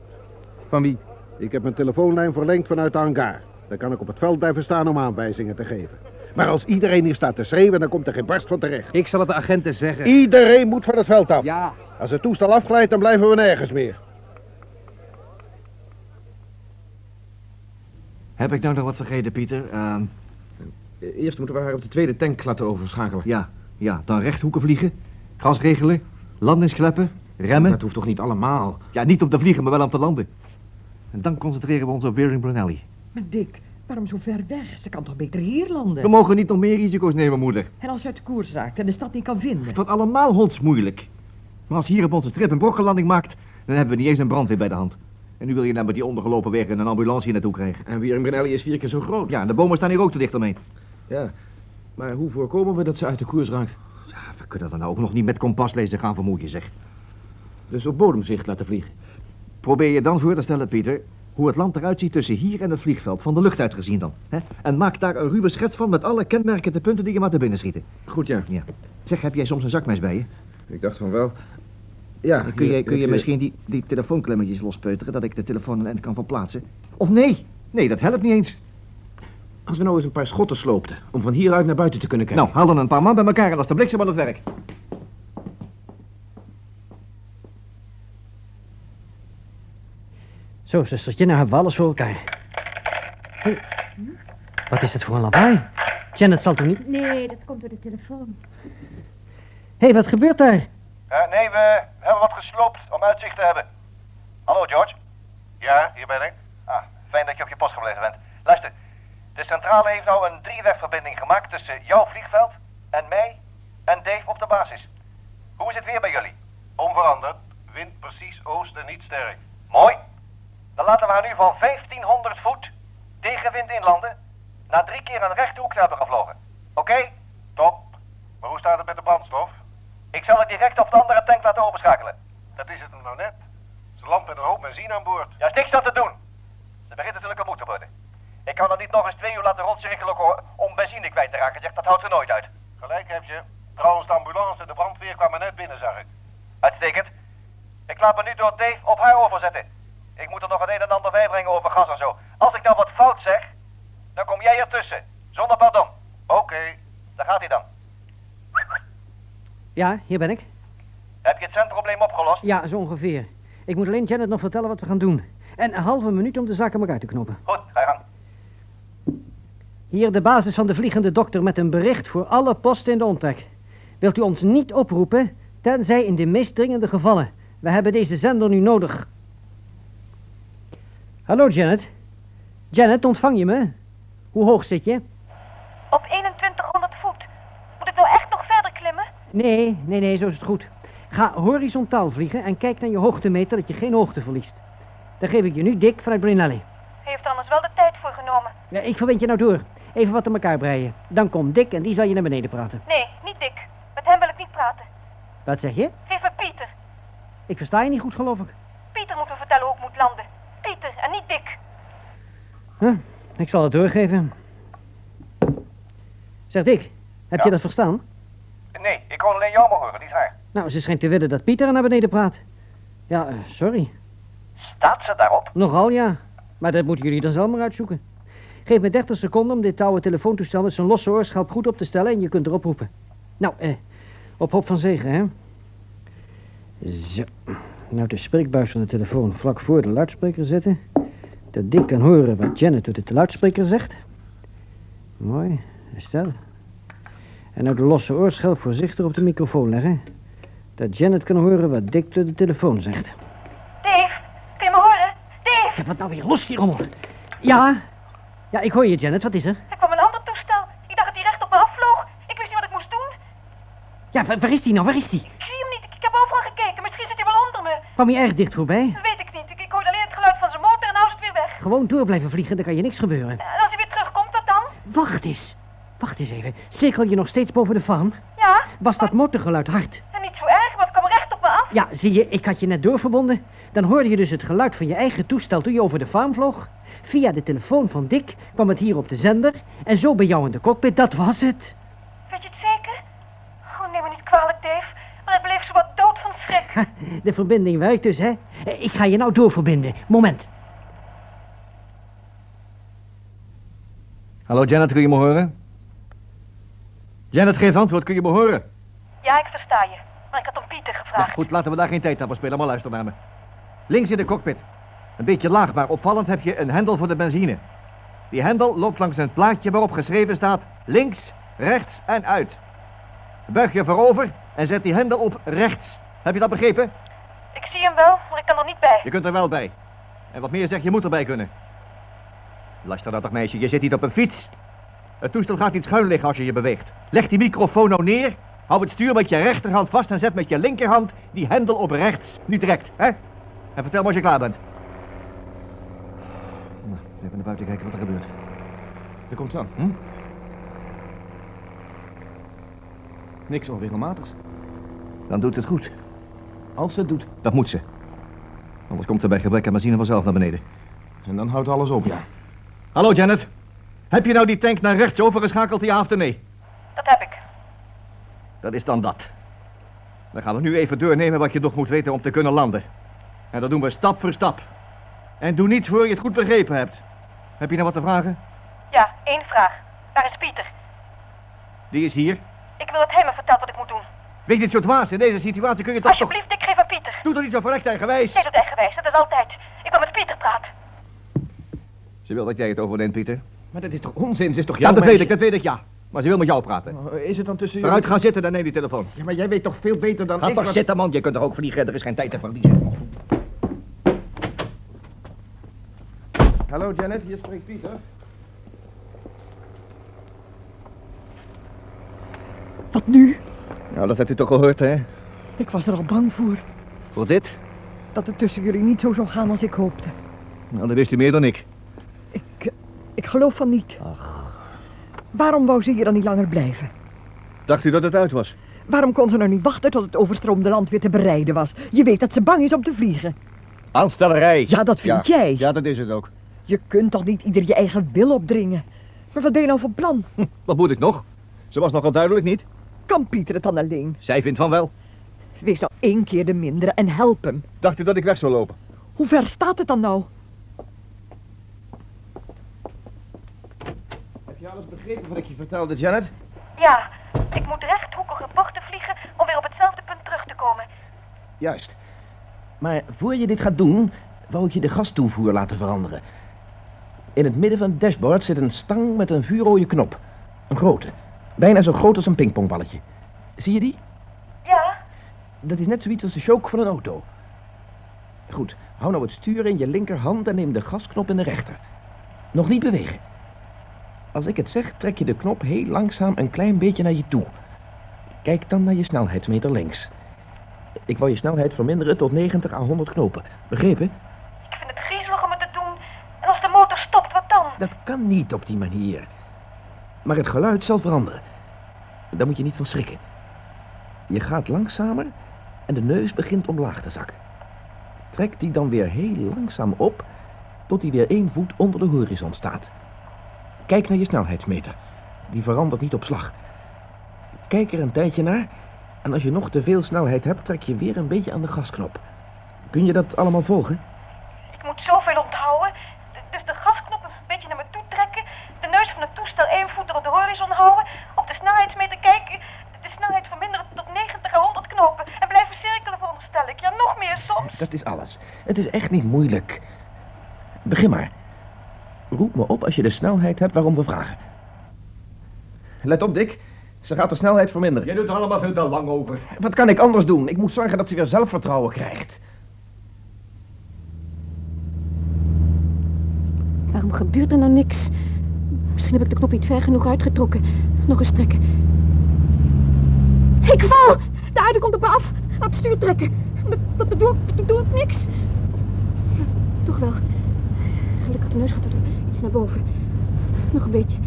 Speaker 12: Van wie?
Speaker 11: Ik heb mijn telefoonlijn verlengd vanuit de hangar. Dan kan ik op het veld blijven staan om aanwijzingen te geven. Maar als iedereen hier staat te schreeuwen, dan komt er geen barst van terecht.
Speaker 12: Ik zal het de agenten zeggen.
Speaker 11: Iedereen moet van het veld af.
Speaker 12: Ja.
Speaker 11: Als het toestel afglijdt, dan blijven we nergens meer.
Speaker 2: Heb ik nou nog wat vergeten, Pieter? Ehm,
Speaker 12: Eerst moeten we haar op de tweede tank laten overschakelen.
Speaker 2: ja, ja, dan rechthoeken vliegen, gas regelen, landingskleppen, remmen.
Speaker 12: Dat hoeft toch niet allemaal?
Speaker 2: Ja, niet om te vliegen, maar wel om te landen. En dan concentreren we ons op Wearing Brunelli.
Speaker 5: Maar Dick, waarom zo ver weg? Ze kan toch beter hier landen?
Speaker 2: We mogen niet nog meer risico's nemen, moeder.
Speaker 5: En als ze uit de koers raakt en de stad niet kan vinden?
Speaker 2: Het wordt allemaal hondsmoeilijk. Maar als hier op onze strip een brokkenlanding maakt, dan hebben we niet eens een brandweer bij de hand. En nu wil je nou met die ondergelopen weg een ambulance hier naartoe krijgen.
Speaker 12: En Wierum Brunelli is vier keer zo groot.
Speaker 2: Ja, en de bomen staan hier ook te dicht omheen.
Speaker 12: ja. Maar hoe voorkomen we dat ze uit de koers raakt?
Speaker 2: Ja, we kunnen dat nou ook nog niet met kompaslezen gaan vermoeien, zeg.
Speaker 12: Dus op bodemzicht laten vliegen.
Speaker 2: Probeer je dan voor te stellen, Pieter, hoe het land eruit ziet tussen hier en het vliegveld, van de lucht uit gezien dan. Hè? En maak daar een ruwe schets van met alle kenmerkende punten die je maar te binnen schieten.
Speaker 12: Goed ja.
Speaker 2: Ja. Zeg, heb jij soms een zakmes bij je?
Speaker 12: Ik dacht van wel. Ja.
Speaker 2: Dan kun
Speaker 12: hier-
Speaker 2: je, kun je
Speaker 12: hier-
Speaker 2: misschien die, die telefoonklemmetjes lospeuteren, dat ik de telefoon aan de end kan verplaatsen? Of nee? Nee, dat helpt niet eens.
Speaker 12: Als we nou eens een paar schotten sloopten, om van hieruit naar buiten te kunnen kijken.
Speaker 2: Nou, haal dan een paar man bij elkaar en als de bliksem aan het werk.
Speaker 7: Zo, zustertje, nou hebben we alles voor elkaar. Hé, Wat is dat voor een lawaai? Janet zal toch niet...
Speaker 10: Nee, dat komt door de telefoon.
Speaker 7: Hé, wat gebeurt daar?
Speaker 6: Eh, nee, we hebben wat gesloopt om uitzicht te hebben. Hallo, George. Ja, hier ben ik. Ah, fijn dat je op je post gebleven bent. Luister, de centrale heeft nou een driewegverbinding gemaakt tussen jouw vliegveld en mij en Dave op de basis. Hoe is het weer bij jullie? Onveranderd. Wind precies oost en niet sterk. Mooi. Dan laten we haar nu van 1500 voet tegenwind inlanden. Na drie keer een rechte hoek te hebben gevlogen. Oké? Top. Maar hoe staat het met de brandstof? Ik zal het direct op de andere tank laten overschakelen. Dat is het hem nou net. Ze landt met een hoop benzine aan boord. Ja, is niks aan te doen. Ze begint natuurlijk een moe te worden. Ik kan haar niet nog eens twee uur laten rondcirkelen hoor, om benzine kwijt te raken. Zeg, dat houdt ze nooit uit. Gelijk heb je. Trouwens, de ambulance en de brandweer kwamen net binnen, zag ik. Uitstekend. Ik laat me nu door Dave op haar overzetten. Ik moet er nog het een en ander bijbrengen over gas en zo. Als ik nou wat fout zeg, dan kom jij ertussen. Zonder pardon. Oké. Daar gaat hij dan.
Speaker 7: Ja, hier ben ik.
Speaker 6: Heb je het zendprobleem opgelost?
Speaker 7: Ja, zo ongeveer. Ik moet alleen Janet nog vertellen wat we gaan doen. En een halve minuut om de zaak aan elkaar te knopen.
Speaker 6: Goed, ga je gang.
Speaker 7: Hier de basis van de vliegende dokter met een bericht voor alle posten in de omtrek. Wilt u ons niet oproepen, tenzij in de meest dringende gevallen. We hebben deze zender nu nodig. Hallo Janet. Janet, ontvang je me? Hoe hoog zit je?
Speaker 8: Op 2100 voet. Moet ik nou echt nog verder klimmen?
Speaker 7: Nee, nee, nee, zo is het goed. Ga horizontaal vliegen en kijk naar je hoogtemeter dat je geen hoogte verliest. Dan geef ik je nu dik vanuit Brinelli.
Speaker 8: Hij heeft er anders wel de tijd voor genomen.
Speaker 7: Ja, ik verbind je nou door. Even wat aan elkaar breien. Dan komt Dick en die zal je naar beneden praten.
Speaker 8: Nee, niet Dick. Met hem wil ik niet praten.
Speaker 7: Wat zeg je?
Speaker 8: Liever Pieter.
Speaker 7: Ik versta je niet goed, geloof ik.
Speaker 8: Pieter moet me vertellen hoe ik moet landen. Pieter en niet Dick.
Speaker 7: Huh? Ik zal het doorgeven. Zeg Dick, heb je dat verstaan?
Speaker 6: Nee, ik kon alleen jou maar horen, niet haar.
Speaker 7: Nou, ze schijnt te willen dat Pieter naar beneden praat. Ja, eh, sorry.
Speaker 6: Staat ze daarop?
Speaker 7: Nogal ja. Maar dat moeten jullie dan zelf maar uitzoeken. Geef me 30 seconden om dit oude telefoontoestel met zijn losse oorschelp goed op te stellen en je kunt erop roepen. Nou, eh, op hoop van zegen, hè? Zo. Nou, de spreekbuis van de telefoon vlak voor de luidspreker zetten. Dat Dick kan horen wat Janet door de luidspreker zegt. Mooi, stel. En nou de losse oorschelp voorzichtig op de microfoon leggen. Dat Janet kan horen wat Dick door de telefoon zegt.
Speaker 8: Dave, kun je me horen? Dave,
Speaker 7: Ja, wat nou weer los, die rommel? Ja? Ja, ik hoor je, Janet. Wat is er?
Speaker 8: er kwam een ander toestel. Ik dacht dat hij recht op me afvloog. Ik wist niet wat ik moest doen.
Speaker 7: Ja, wa- waar is die nou? Waar is die?
Speaker 8: Ik zie hem niet. Ik, ik heb overal gekeken. Misschien zit hij wel onder me.
Speaker 7: Kwam hij erg dicht voorbij?
Speaker 8: Dat weet ik niet. Ik, ik hoorde alleen het geluid van zijn motor en nou is het weer weg.
Speaker 7: Gewoon door blijven vliegen, dan kan je niks gebeuren.
Speaker 8: En als hij weer terugkomt, wat dan?
Speaker 7: Wacht eens. Wacht eens even. Cirkel je nog steeds boven de faam?
Speaker 8: Ja,
Speaker 7: Was dat motorgeluid hard?
Speaker 8: en niet zo erg, want het kwam recht op me af.
Speaker 7: Ja, zie je, ik had je net doorverbonden. Dan hoorde je dus het geluid van je eigen toestel toen je over de faam vloog. Via de telefoon van Dick kwam het hier op de zender. En zo bij jou in de cockpit, dat was het.
Speaker 8: Weet je het zeker? Oh, neem me niet kwalijk, Dave. Maar ik bleef zo wat dood van schrik.
Speaker 7: Ha, De verbinding werkt dus, hè? Eh, Ik ga je nou doorverbinden. Moment.
Speaker 2: Hallo Janet, kun je me horen? Janet geeft antwoord, kun je me horen?
Speaker 8: Ja, ik versta je. Maar ik had om Pieter
Speaker 2: Nou,
Speaker 8: gevraagd.
Speaker 2: goed, laten we daar geen tijd aan bespelen, maar luister naar me. Links in de cockpit. Een beetje laag, maar opvallend heb je een hendel voor de benzine. Die hendel loopt langs een plaatje waarop geschreven staat links, rechts en uit. Buig je voorover en zet die hendel op rechts. Heb je dat begrepen?
Speaker 8: Ik zie hem wel, maar ik kan er niet bij.
Speaker 2: Je kunt er wel bij. En wat meer zeg, je moet erbij kunnen. Luister nou toch, meisje, je zit niet op een fiets. Het toestel gaat niet schuin liggen als je je beweegt. Leg die microfoon nou neer, hou het stuur met je rechterhand vast en zet met je linkerhand die hendel op rechts. Nu direct, hè? En vertel me als je klaar bent. Nou, even naar buiten kijken wat er gebeurt.
Speaker 12: Er komt aan.
Speaker 2: Hm?
Speaker 12: Niks onregelmatigs.
Speaker 2: Dan doet het goed.
Speaker 12: Als ze het doet.
Speaker 2: Dat moet ze. Anders komt er bij gebrek aan benzine vanzelf naar beneden.
Speaker 12: En dan houdt alles op, ja.
Speaker 2: Hallo, Janet. Heb je nou die tank naar rechts overgeschakeld, ja of nee?
Speaker 8: Dat heb ik.
Speaker 2: Dat is dan dat. Dan gaan we nu even doornemen wat je nog moet weten om te kunnen landen. En dat doen we stap voor stap. En doe niets voor je het goed begrepen hebt. Heb je nou wat te vragen?
Speaker 8: Ja, één vraag. Waar is Pieter?
Speaker 2: Die is hier.
Speaker 8: Ik wil dat hij me vertelt wat ik moet doen.
Speaker 2: Weet je dit soort dwaas? In deze situatie kun je toch toch...
Speaker 8: Alsjeblieft, ik geef aan Pieter.
Speaker 2: Doe toch niet zo verrekt en gewijs.
Speaker 8: Jij doet eigenwijs, dat is altijd. Ik wil met Pieter praten.
Speaker 2: Ze wil dat jij het overneemt, Pieter.
Speaker 12: Maar dat is toch onzin? Ze is toch
Speaker 2: Ja,
Speaker 12: jouw
Speaker 2: dat weet
Speaker 12: meisje?
Speaker 2: ik, dat weet ik, ja. Maar ze wil met jou praten.
Speaker 12: Oh, Is het dan tussen jullie?
Speaker 2: Vooruit, ga zitten, dan neem die telefoon.
Speaker 12: Ja, maar jij weet toch veel beter dan
Speaker 2: Ga
Speaker 12: ik.
Speaker 2: toch
Speaker 12: wat-
Speaker 2: zitten, man. Je kunt toch ook vliegen. Er is geen tijd te verliezen.
Speaker 12: Hallo Janet, hier spreekt Pieter.
Speaker 5: Wat nu?
Speaker 2: Nou, dat hebt u toch gehoord, hè?
Speaker 5: Ik was er al bang voor.
Speaker 2: Voor dit?
Speaker 5: Dat het tussen jullie niet zo zou gaan als ik hoopte.
Speaker 2: Nou, dan wist u meer dan ik.
Speaker 5: Ik geloof van niet. Waarom wou ze hier dan niet langer blijven?
Speaker 2: Dacht u dat het uit was?
Speaker 5: Waarom kon ze nou niet wachten tot het overstroomde land weer te bereiden was? Je weet dat ze bang is om te vliegen.
Speaker 2: Aanstellerij.
Speaker 5: Ja, dat vind
Speaker 2: Ja.
Speaker 5: jij.
Speaker 2: Ja, dat is het ook.
Speaker 5: Je kunt toch niet ieder je eigen wil opdringen? Maar wat ben je nou van plan?
Speaker 2: Wat moet ik nog? Ze was nogal duidelijk niet.
Speaker 5: Kan Pieter het dan alleen?
Speaker 2: Zij vindt van wel.
Speaker 5: Wees nou één keer de mindere en help hem.
Speaker 2: Dacht u dat ik weg zou lopen?
Speaker 5: Hoe ver staat het dan nou?
Speaker 2: Heb je alles begrepen wat ik je vertelde, Janet?
Speaker 8: Ja, ik moet rechthoekige bochten vliegen om weer op hetzelfde punt terug te komen.
Speaker 12: Juist. Maar voor je dit gaat doen, wou ik je de gastoevoer laten veranderen. In het midden van het dashboard zit een stang met een vuurrode knop. Een grote. Bijna zo groot als een pingpongballetje. Zie je die?
Speaker 8: Ja,
Speaker 12: Dat is net zoiets als de choke van een auto. Goed, hou nou het stuur in je linkerhand en neem de gasknop in de rechter. Nog niet bewegen. Als ik het zeg, trek je de knop heel langzaam een klein beetje naar je toe. Kijk dan naar je snelheidsmeter links. Ik wou je snelheid verminderen tot 90 à 100 knopen. Begrepen?
Speaker 8: ik vind het griezelig om het te doen. En als de motor stopt, wat dan?
Speaker 12: Dat kan niet op die manier. Maar het geluid zal veranderen. Daar moet je niet van schrikken. Je gaat langzamer en de neus begint omlaag te zakken. Trek die dan weer heel langzaam op tot die weer één voet onder de horizon staat. Kijk naar je snelheidsmeter. Die verandert niet op slag. Kijk er een tijdje naar en als je nog te veel snelheid hebt, trek je weer een beetje aan de gasknop. Kun je dat allemaal volgen?
Speaker 8: Ik moet zoveel onthouden. D- Dus de gasknop een beetje naar me toe trekken. De neus van het toestel één voet er op de horizon houden. Op de snelheidsmeter kijken. De snelheid verminderen tot 90 à 100 knopen. En blijven cirkelen veronderstel ik. Ja, nog meer soms.
Speaker 12: Dat is alles. Het is echt niet moeilijk. Begin maar. Roep me op als je de snelheid hebt waarom we vragen. Let op, Dick. Ze gaat de snelheid verminderen.
Speaker 2: Jij doet er allemaal veel te lang over.
Speaker 12: Wat kan ik anders doen? Ik moet zorgen dat ze weer zelfvertrouwen krijgt.
Speaker 3: Waarom gebeurt er nou niks? Misschien heb ik de knop niet ver genoeg uitgetrokken. Nog eens trekken. Ik val! De aarde komt op me af. Aan het stuur trekken. Dat, dat, dat doe, ik- dat doe ik niks. Ja, Toch wel. Gelukkig de neus gaat er iets naar boven. Nog een beetje.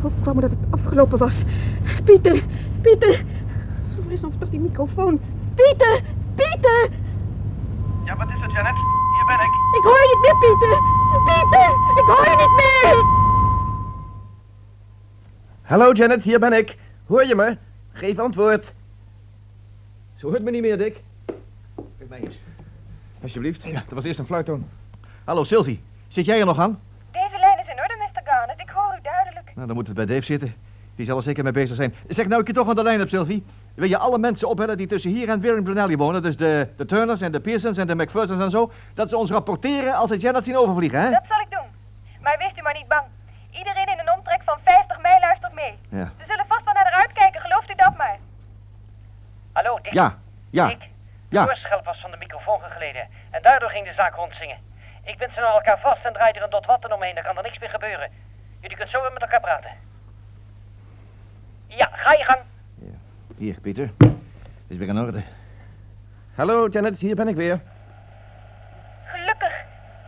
Speaker 3: Hoe kwam het dat het afgelopen was? Pieter! Pieter! Waar is dan toch die microfoon? Pieter! Pieter!
Speaker 6: Ja, wat is het, Janet? Hier ben ik.
Speaker 3: Ik hoor je niet meer, Pieter! Pieter! Ik hoor je niet meer!
Speaker 12: Hallo Janet, hier ben ik. Hoor je me? Geef antwoord.
Speaker 2: Ze hoort me niet meer, Dick. Geef mij eens. Alsjeblieft. Ja, dat was eerst een fluittoon. Hallo, Sylvie. Zit jij er nog aan?
Speaker 8: Deze lijn is in orde, Mr. Garnet. Ik hoor u duidelijk.
Speaker 2: Nou, dan moet het bij Dave zitten. Die zal er zeker mee bezig zijn. Zeg nou, ik je toch aan de lijn op, Sylvie. Wil je alle mensen opbellen die tussen hier en weer in Brunelli wonen? Dus de, de Turners en de Pearsons en de McPhersons en zo. Dat ze ons rapporteren als ze Janet zien overvliegen, hè?
Speaker 8: Dat zal ik doen. Maar wees u maar niet bang. Iedereen in een omtrek van 50 mijl luistert mee.
Speaker 2: Ja.
Speaker 8: Ze zullen vast wel naar haar uitkijken, gelooft u dat maar.
Speaker 9: Hallo, Dick.
Speaker 2: Ja, ja.
Speaker 9: Dick,
Speaker 2: Ja.
Speaker 9: de oorschelp was van de microfoon gegleden. En daardoor ging de zaak rondzingen. Ik bind ze naar elkaar vast en draai er een dot watten omheen. Dan kan er niks meer gebeuren. Jullie kunnen zo weer met elkaar praten. Ja, ga je gang.
Speaker 2: Hier, Pieter. Is weer in orde.
Speaker 12: Hallo Janet, hier ben ik weer.
Speaker 8: Gelukkig.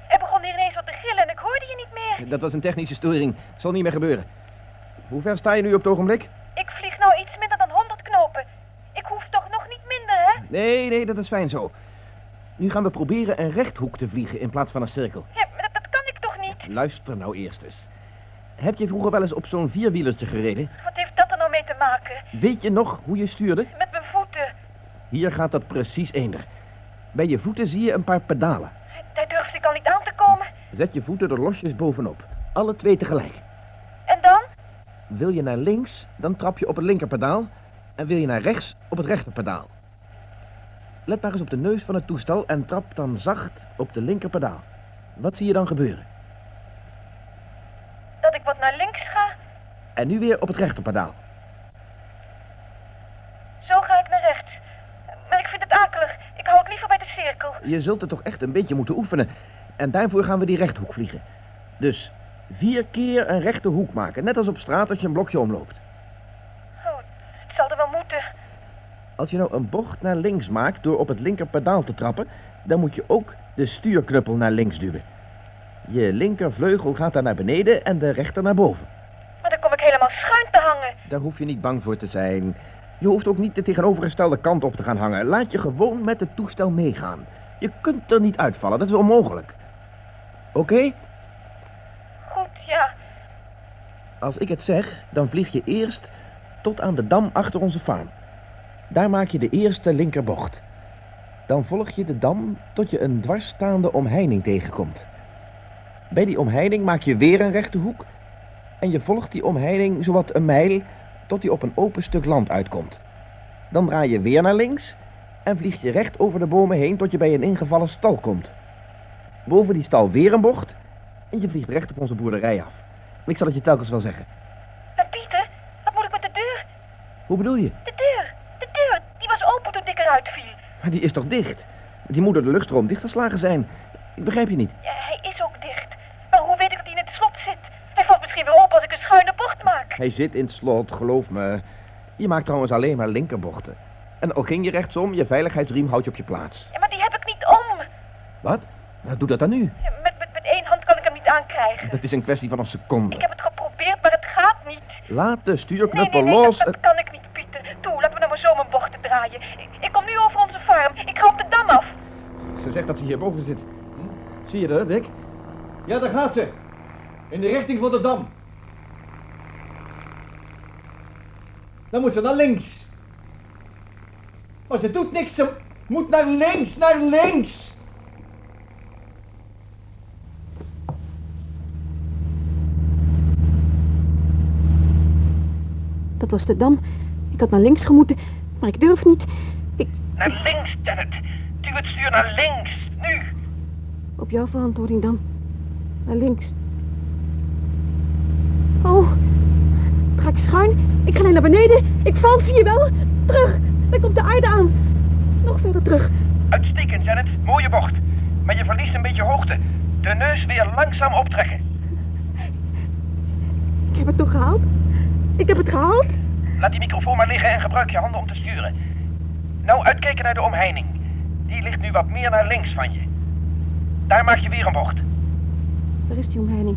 Speaker 8: Er begon hier ineens wat te gillen en ik hoorde je niet meer.
Speaker 12: Dat was een technische storing. Zal niet meer gebeuren. Hoe ver sta je nu op het ogenblik?
Speaker 8: Ik vlieg nou iets minder dan 100 knopen. Ik hoef toch nog niet minder, hè?
Speaker 12: Nee, nee, dat is fijn zo. Nu gaan we proberen een rechthoek te vliegen in plaats van een cirkel.
Speaker 8: Ja, maar dat, dat kan ik toch niet?
Speaker 12: Luister nou eerst eens. Heb je vroeger wel eens op zo'n vierwielertje gereden?
Speaker 8: Wat heeft dat er nou mee te maken?
Speaker 12: Weet je nog hoe je stuurde?
Speaker 8: Met mijn voeten.
Speaker 12: Hier gaat dat precies eender. Bij je voeten zie je een paar pedalen.
Speaker 8: Daar durfde ik al niet aan te komen.
Speaker 12: Zet je voeten er losjes bovenop. Alle twee tegelijk.
Speaker 8: En dan?
Speaker 12: Wil je naar links, dan trap je op het linkerpedaal. En wil je naar rechts, op het rechterpedaal. Let maar eens op de neus van het toestel en trap dan zacht op de linkerpedaal. Wat zie je dan gebeuren?
Speaker 8: Dat ik wat naar links ga.
Speaker 12: En nu weer op het rechterpedaal.
Speaker 8: Zo ga ik naar rechts. Maar ik vind het akelig. Ik hou het liever bij de cirkel.
Speaker 12: Je zult het toch echt een beetje moeten oefenen. En daarvoor gaan we die rechthoek vliegen. Dus vier keer een rechte hoek maken, net als op straat als je een blokje omloopt.
Speaker 8: Het zal er wel moeten.
Speaker 12: Als je nou een bocht naar links maakt door op het linkerpedaal te trappen, dan moet je ook de stuurknuppel naar links duwen. Je linkervleugel gaat dan naar beneden en de rechter naar boven.
Speaker 8: Maar dan kom ik helemaal schuin te hangen.
Speaker 12: Daar hoef je niet bang voor te zijn. Je hoeft ook niet de tegenovergestelde kant op te gaan hangen. Laat je gewoon met het toestel meegaan. Je kunt er niet uitvallen, dat is onmogelijk. Oké?
Speaker 8: Goed, ja.
Speaker 12: Als ik het zeg, dan vlieg je eerst tot aan de dam achter onze farm. Daar maak je de eerste linkerbocht. Dan volg je de dam tot je een dwarsstaande omheining tegenkomt. Bij die omheining maak je weer een rechte hoek en je volgt die omheining zowat een mijl tot je op een open stuk land uitkomt. Dan draai je weer naar links en vlieg je recht over de bomen heen tot je bij een ingevallen stal komt. Boven die stal weer een bocht en je vliegt recht op onze boerderij af. Ik zal het je telkens wel zeggen.
Speaker 8: Maar Pieter, wat moet ik met de deur?
Speaker 12: Hoe bedoel je?
Speaker 8: De deur, de deur, die was open toen ik eruit viel.
Speaker 12: Maar die is toch dicht? Die moet door de luchtstroom dichtgeslagen zijn. Ik begrijp je niet.
Speaker 8: Ja, hij is ook dicht. Maar hoe weet ik dat hij in het slot zit? Hij valt misschien weer open als ik een schuine bocht maak.
Speaker 12: Hij zit in het slot, geloof me. Je maakt trouwens alleen maar linkerbochten. En al ging je rechtsom, je veiligheidsriem houdt je op je plaats.
Speaker 8: Ja, maar die heb ik niet om.
Speaker 12: Wat? Nou, doe dat dan nu.
Speaker 8: Ja, Met, met, met één hand kan ik hem niet aankrijgen.
Speaker 12: Dat is een kwestie van een seconde.
Speaker 8: Ik heb het geprobeerd, maar het gaat niet.
Speaker 12: Laat de
Speaker 8: Nee,
Speaker 12: stuurknuppel
Speaker 8: nee, nee,
Speaker 12: los.
Speaker 8: dat, dat kan ik niet, Pieter. Toe, laten we nou maar zo mijn bochten draaien. Ik, ik kom nu over onze farm. Ik ga op de dam af.
Speaker 2: Ze zegt dat ze hierboven zit. Hm? Zie je dat, Dick? Ja, daar gaat ze. In de richting van de dam. Dan moet ze naar links. Maar ze doet niks. Ze moet naar links, naar links.
Speaker 3: Dat was de dam. Ik had naar links gemoeten, maar ik durf niet.
Speaker 6: Naar links, Janet. Duw het stuur naar links, nu.
Speaker 3: Op jouw verantwoording dan. Naar links. Oh, draai ik schuin. Ik ga alleen naar beneden. Ik val, zie je wel? Terug. Daar komt de aarde aan. Nog verder terug.
Speaker 6: Uitstekend, Janet. Mooie bocht. Maar je verliest een beetje hoogte. De neus weer langzaam optrekken.
Speaker 3: Ik heb het toch gehaald? Ik heb het gehaald?
Speaker 6: Laat die microfoon maar liggen en gebruik je handen om te sturen. Nou, uitkijken naar de omheining. Die ligt nu wat meer naar links van je. Daar maak je weer een bocht.
Speaker 3: Daar is die omheining.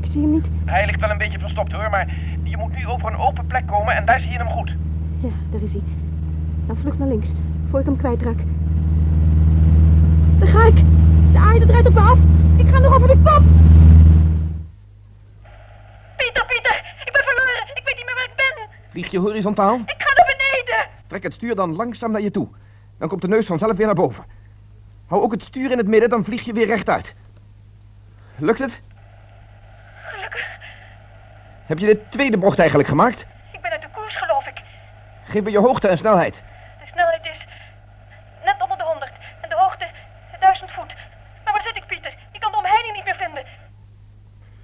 Speaker 3: Ik zie hem niet.
Speaker 6: Hij ligt wel een beetje verstopt hoor, maar je moet nu over een open plek komen en daar zie je hem goed.
Speaker 3: Ja, daar is hij. Nou, vlug naar links, voor ik hem kwijtraak. Daar ga ik. De aarde draait op me af. Ik ga nog over de kop.
Speaker 8: Pieter, Pieter, ik ben verloren. Ik weet niet meer waar ik ben.
Speaker 12: Vlieg je horizontaal.
Speaker 8: Ik ga naar beneden.
Speaker 12: Trek het stuur dan langzaam naar je toe. Dan komt de neus vanzelf weer naar boven. Hou ook het stuur in het midden, dan vlieg je weer rechtuit. Lukt het?
Speaker 8: Gelukkig,
Speaker 12: Heb je de tweede bocht eigenlijk gemaakt?
Speaker 8: ik ben uit de koers, geloof ik.
Speaker 12: Geef me je hoogte en snelheid.
Speaker 8: De snelheid is net onder de 100 en de hoogte 1000 voet. Maar waar zit ik, Pieter? Ik kan de omheining niet meer vinden.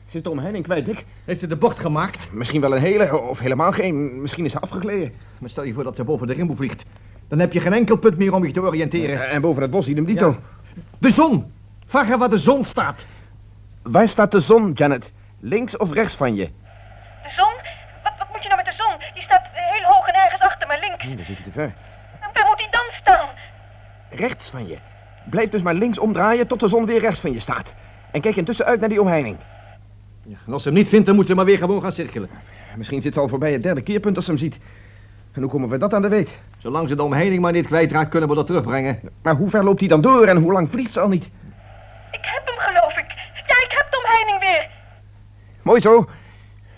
Speaker 2: Zit de omheining kwijt, Dick? Heeft ze de bocht gemaakt?
Speaker 12: Misschien wel een hele, of helemaal geen. Misschien is ze afgegleden.
Speaker 2: Maar stel je voor dat ze boven de rimboe vliegt. Dan heb je geen enkel punt meer om je te oriënteren.
Speaker 12: En boven het bos, idem dito.
Speaker 2: De zon! Vraag haar waar de zon staat.
Speaker 12: Waar staat de zon, Janet? Links of rechts van je?
Speaker 8: De zon? Wat, wat moet je nou met de zon? Die staat eh, heel hoog en ergens achter me links.
Speaker 12: Nee, daar zit je te ver.
Speaker 8: Waar moet die dan staan?
Speaker 12: Rechts van je. Blijf dus maar links omdraaien tot de zon weer rechts van je staat. En kijk intussen uit naar die omheining.
Speaker 2: En als ze hem niet vindt, dan moet ze maar weer gewoon gaan cirkelen.
Speaker 12: Misschien zit ze al voorbij het derde keerpunt als ze hem ziet. En hoe komen we dat aan de weet?
Speaker 2: Zolang ze de omheining maar niet kwijtraakt, kunnen we dat terugbrengen.
Speaker 12: Maar Nou, hoe ver loopt hij dan door en hoe lang vliegt ze al niet?
Speaker 8: Ik heb hem, geloof ik. Ja, ik heb de omheining weer.
Speaker 12: Mooi zo.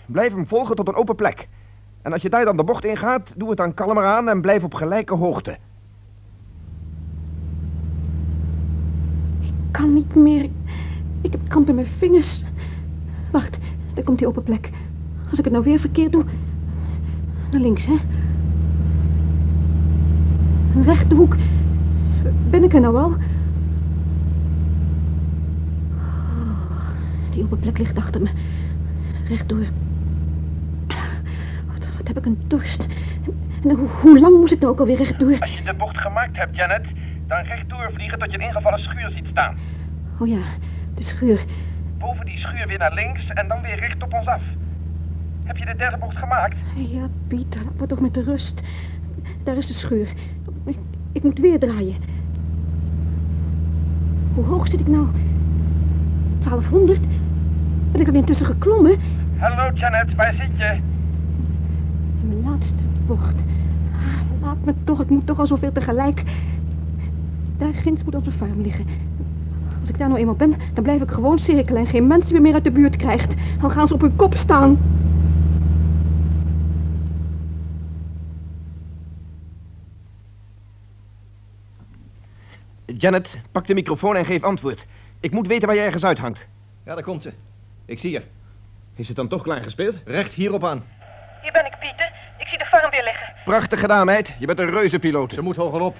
Speaker 12: Blijf hem volgen tot een open plek. En als je daar dan de bocht in gaat, doe het dan kalmer aan en blijf op gelijke hoogte.
Speaker 3: Ik kan niet meer. Ik heb kramp in mijn vingers. Wacht, daar komt die open plek. Als ik het nou weer verkeerd doe. Naar links, hè? Een rechte hoek. Ben ik er nou al? Oh, Die open plek ligt achter me. Rechtdoor. Wat, wat heb ik een dorst. En, en hoe, hoe lang moest ik nou ook alweer rechtdoor?
Speaker 6: Als je de bocht gemaakt hebt, Janet, dan rechtdoor vliegen tot je een ingevallen schuur ziet staan.
Speaker 3: Oh ja, de schuur.
Speaker 6: Boven die schuur weer naar links en dan weer recht op ons af. Heb je de derde bocht gemaakt?
Speaker 3: Ja, Pieter, laat me toch met de rust. Daar is de schuur. Ik, ik moet weer draaien. Hoe hoog zit ik nou? 1200. Ben ik er intussen geklommen?
Speaker 6: Hallo Janet, waar zit je?
Speaker 3: In mijn laatste bocht. Ah, Laat me toch, het moet toch al zoveel tegelijk. Daar ginds moet onze farm liggen. Als ik daar nou eenmaal ben, dan blijf ik gewoon cirkelen en geen mensen meer, meer uit de buurt krijgt. Dan gaan ze op hun kop staan.
Speaker 12: Janet, pak de microfoon en geef antwoord. Ik moet weten waar je ergens uithangt.
Speaker 2: Ja, daar komt ze. Ik zie haar. Is het dan toch klaar gespeeld? Recht hierop aan.
Speaker 8: Hier ben ik, Pieter. Ik zie de farm weer liggen.
Speaker 12: Prachtig gedaan, meid. Je bent een reuzenpiloot. Ze moet hoger op.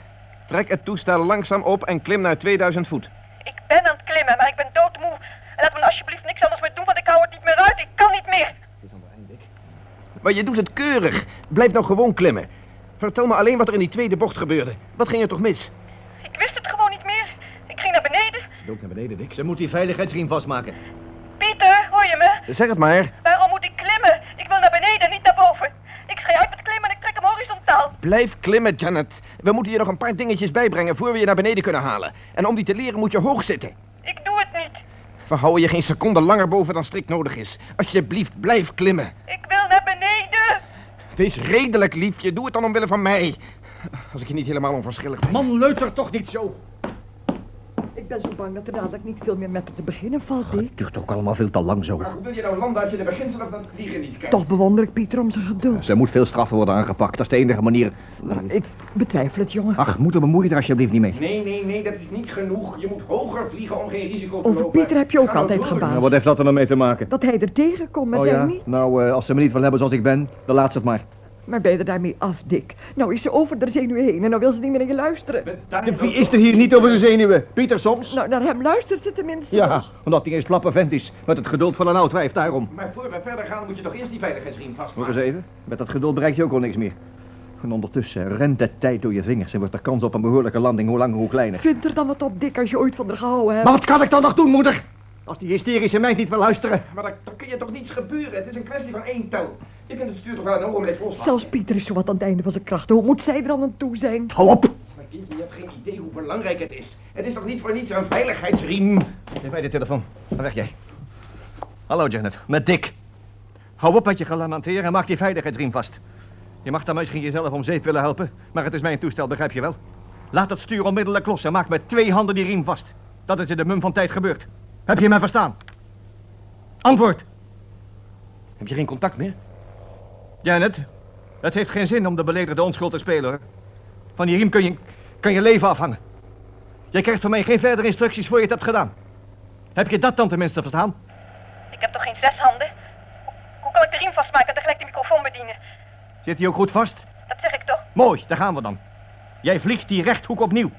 Speaker 12: Trek het toestel langzaam op en klim naar 2000 voet.
Speaker 8: Ik ben aan het klimmen, maar ik ben doodmoe. En laat me nou alsjeblieft niks anders meer doen, want ik hou het niet meer uit. Ik kan niet meer.
Speaker 12: Maar je doet het keurig. Blijf nou gewoon klimmen. Vertel me alleen wat er in die tweede bocht gebeurde. Wat ging er toch mis?
Speaker 8: Ik wist het gewoon niet meer. Ik ging naar beneden.
Speaker 2: Loop naar beneden, Dick. Ze moet die veiligheidsriem vastmaken.
Speaker 8: Pieter, hoor je me?
Speaker 12: Zeg het maar.
Speaker 8: Waarom moet ik klimmen? Ik wil naar beneden, en niet naar boven. Ik schrijf uit met klimmen en ik trek hem horizontaal.
Speaker 12: Blijf klimmen, Janet. We moeten je nog een paar dingetjes bijbrengen voor we je naar beneden kunnen halen. En om die te leren moet je hoog zitten.
Speaker 8: Ik doe het niet.
Speaker 12: We houden je geen seconde langer boven dan strikt nodig is. Alsjeblieft, blijf klimmen.
Speaker 8: Ik wil naar beneden.
Speaker 12: Wees redelijk, liefje. Doe het dan omwille van mij. Als ik je niet helemaal onverschillig ben.
Speaker 2: Man, leuter toch niet zo.
Speaker 5: Ik ben zo bang dat er dadelijk niet veel meer met te beginnen valt, Dick.
Speaker 13: Duurt toch allemaal veel te lang zo.
Speaker 12: Hoe wil je nou landen als je de beginselen van het vliegen niet kent?
Speaker 5: Toch bewonder ik Pieter om zijn geduld.
Speaker 13: Ze moet veel straffen worden aangepakt. Dat is de enige manier.
Speaker 5: Ik betwijfel het, jongen.
Speaker 13: Ach, moeder, bemoei je er alsjeblieft niet mee.
Speaker 12: Nee, nee, nee, dat is niet genoeg. Je moet hoger vliegen om geen risico te
Speaker 5: Over
Speaker 12: lopen.
Speaker 5: Pieter heb je ook
Speaker 12: Ga nou
Speaker 5: altijd
Speaker 12: door.
Speaker 5: gebaasd.
Speaker 2: Nou, wat heeft dat er nou mee te maken?
Speaker 5: Dat hij er tegenkomt, maar
Speaker 2: oh
Speaker 5: zij
Speaker 2: ja?
Speaker 5: niet.
Speaker 2: Nou, eh, als ze me niet wil hebben zoals ik ben, dan laat ze het maar.
Speaker 5: Maar ben je er daarmee af, Dick? Nou is ze over de zenuwen heen en nou wil ze niet meer naar je luisteren.
Speaker 2: Wie is er hier niet over zijn zenuwen? Pieter soms?
Speaker 5: Nou, naar hem luistert ze tenminste.
Speaker 2: Ja, omdat hij eens slappe vent is. Met het geduld van een oud wijf, daarom.
Speaker 12: Maar voor we verder gaan moet je toch eerst die veiligheidsriem
Speaker 2: Hoor
Speaker 12: vastmaken.
Speaker 2: eens even. Met dat geduld bereik je ook al niks meer. En ondertussen rent de tijd door je vingers en wordt de kans op een behoorlijke landing hoe langer hoe kleiner.
Speaker 5: Vind er dan wat op, Dick, als je ooit van haar gehouden hebt.
Speaker 2: Maar wat kan ik dan nog doen, moeder? Als die hysterische meid niet wil luisteren.
Speaker 12: Maar daar, daar kun je toch niets gebeuren? Het is een kwestie van één touw. Je kunt het stuur toch wel een ogenblik loslaten?
Speaker 5: Zelfs Pieter is zowat aan het einde van zijn krachten. Hoe moet zij er dan aan toe zijn?
Speaker 2: Hou op!
Speaker 12: Maar kindje, je hebt geen idee hoe belangrijk het is. Het is toch niet voor niets een veiligheidsriem?
Speaker 2: Geef mij de telefoon. Dan weg jij. Hallo Janet, met Dick. Hou op met je gelamenteer en maak die veiligheidsriem vast. Je mag dan misschien jezelf om zeep willen helpen, maar het is mijn toestel, begrijp je wel? Laat het stuur onmiddellijk los en maak met twee handen die riem vast. Dat is in de mum van tijd gebeurd. Heb je mij verstaan? Antwoord!
Speaker 12: Heb je geen contact meer?
Speaker 2: Janet, het heeft geen zin om de beledigde onschuld te spelen, hoor. Van die riem kun je, kan je leven afhangen. Je krijgt van mij geen verdere instructies voor je het hebt gedaan. Heb je dat dan tenminste verstaan?
Speaker 8: Ik heb toch geen zes handen? Hoe- Hoe kan ik de riem vastmaken en tegelijk de microfoon bedienen?
Speaker 2: Zit hij ook goed vast?
Speaker 8: Dat zeg ik toch?
Speaker 2: Mooi, daar gaan we dan. Jij vliegt die rechthoek opnieuw.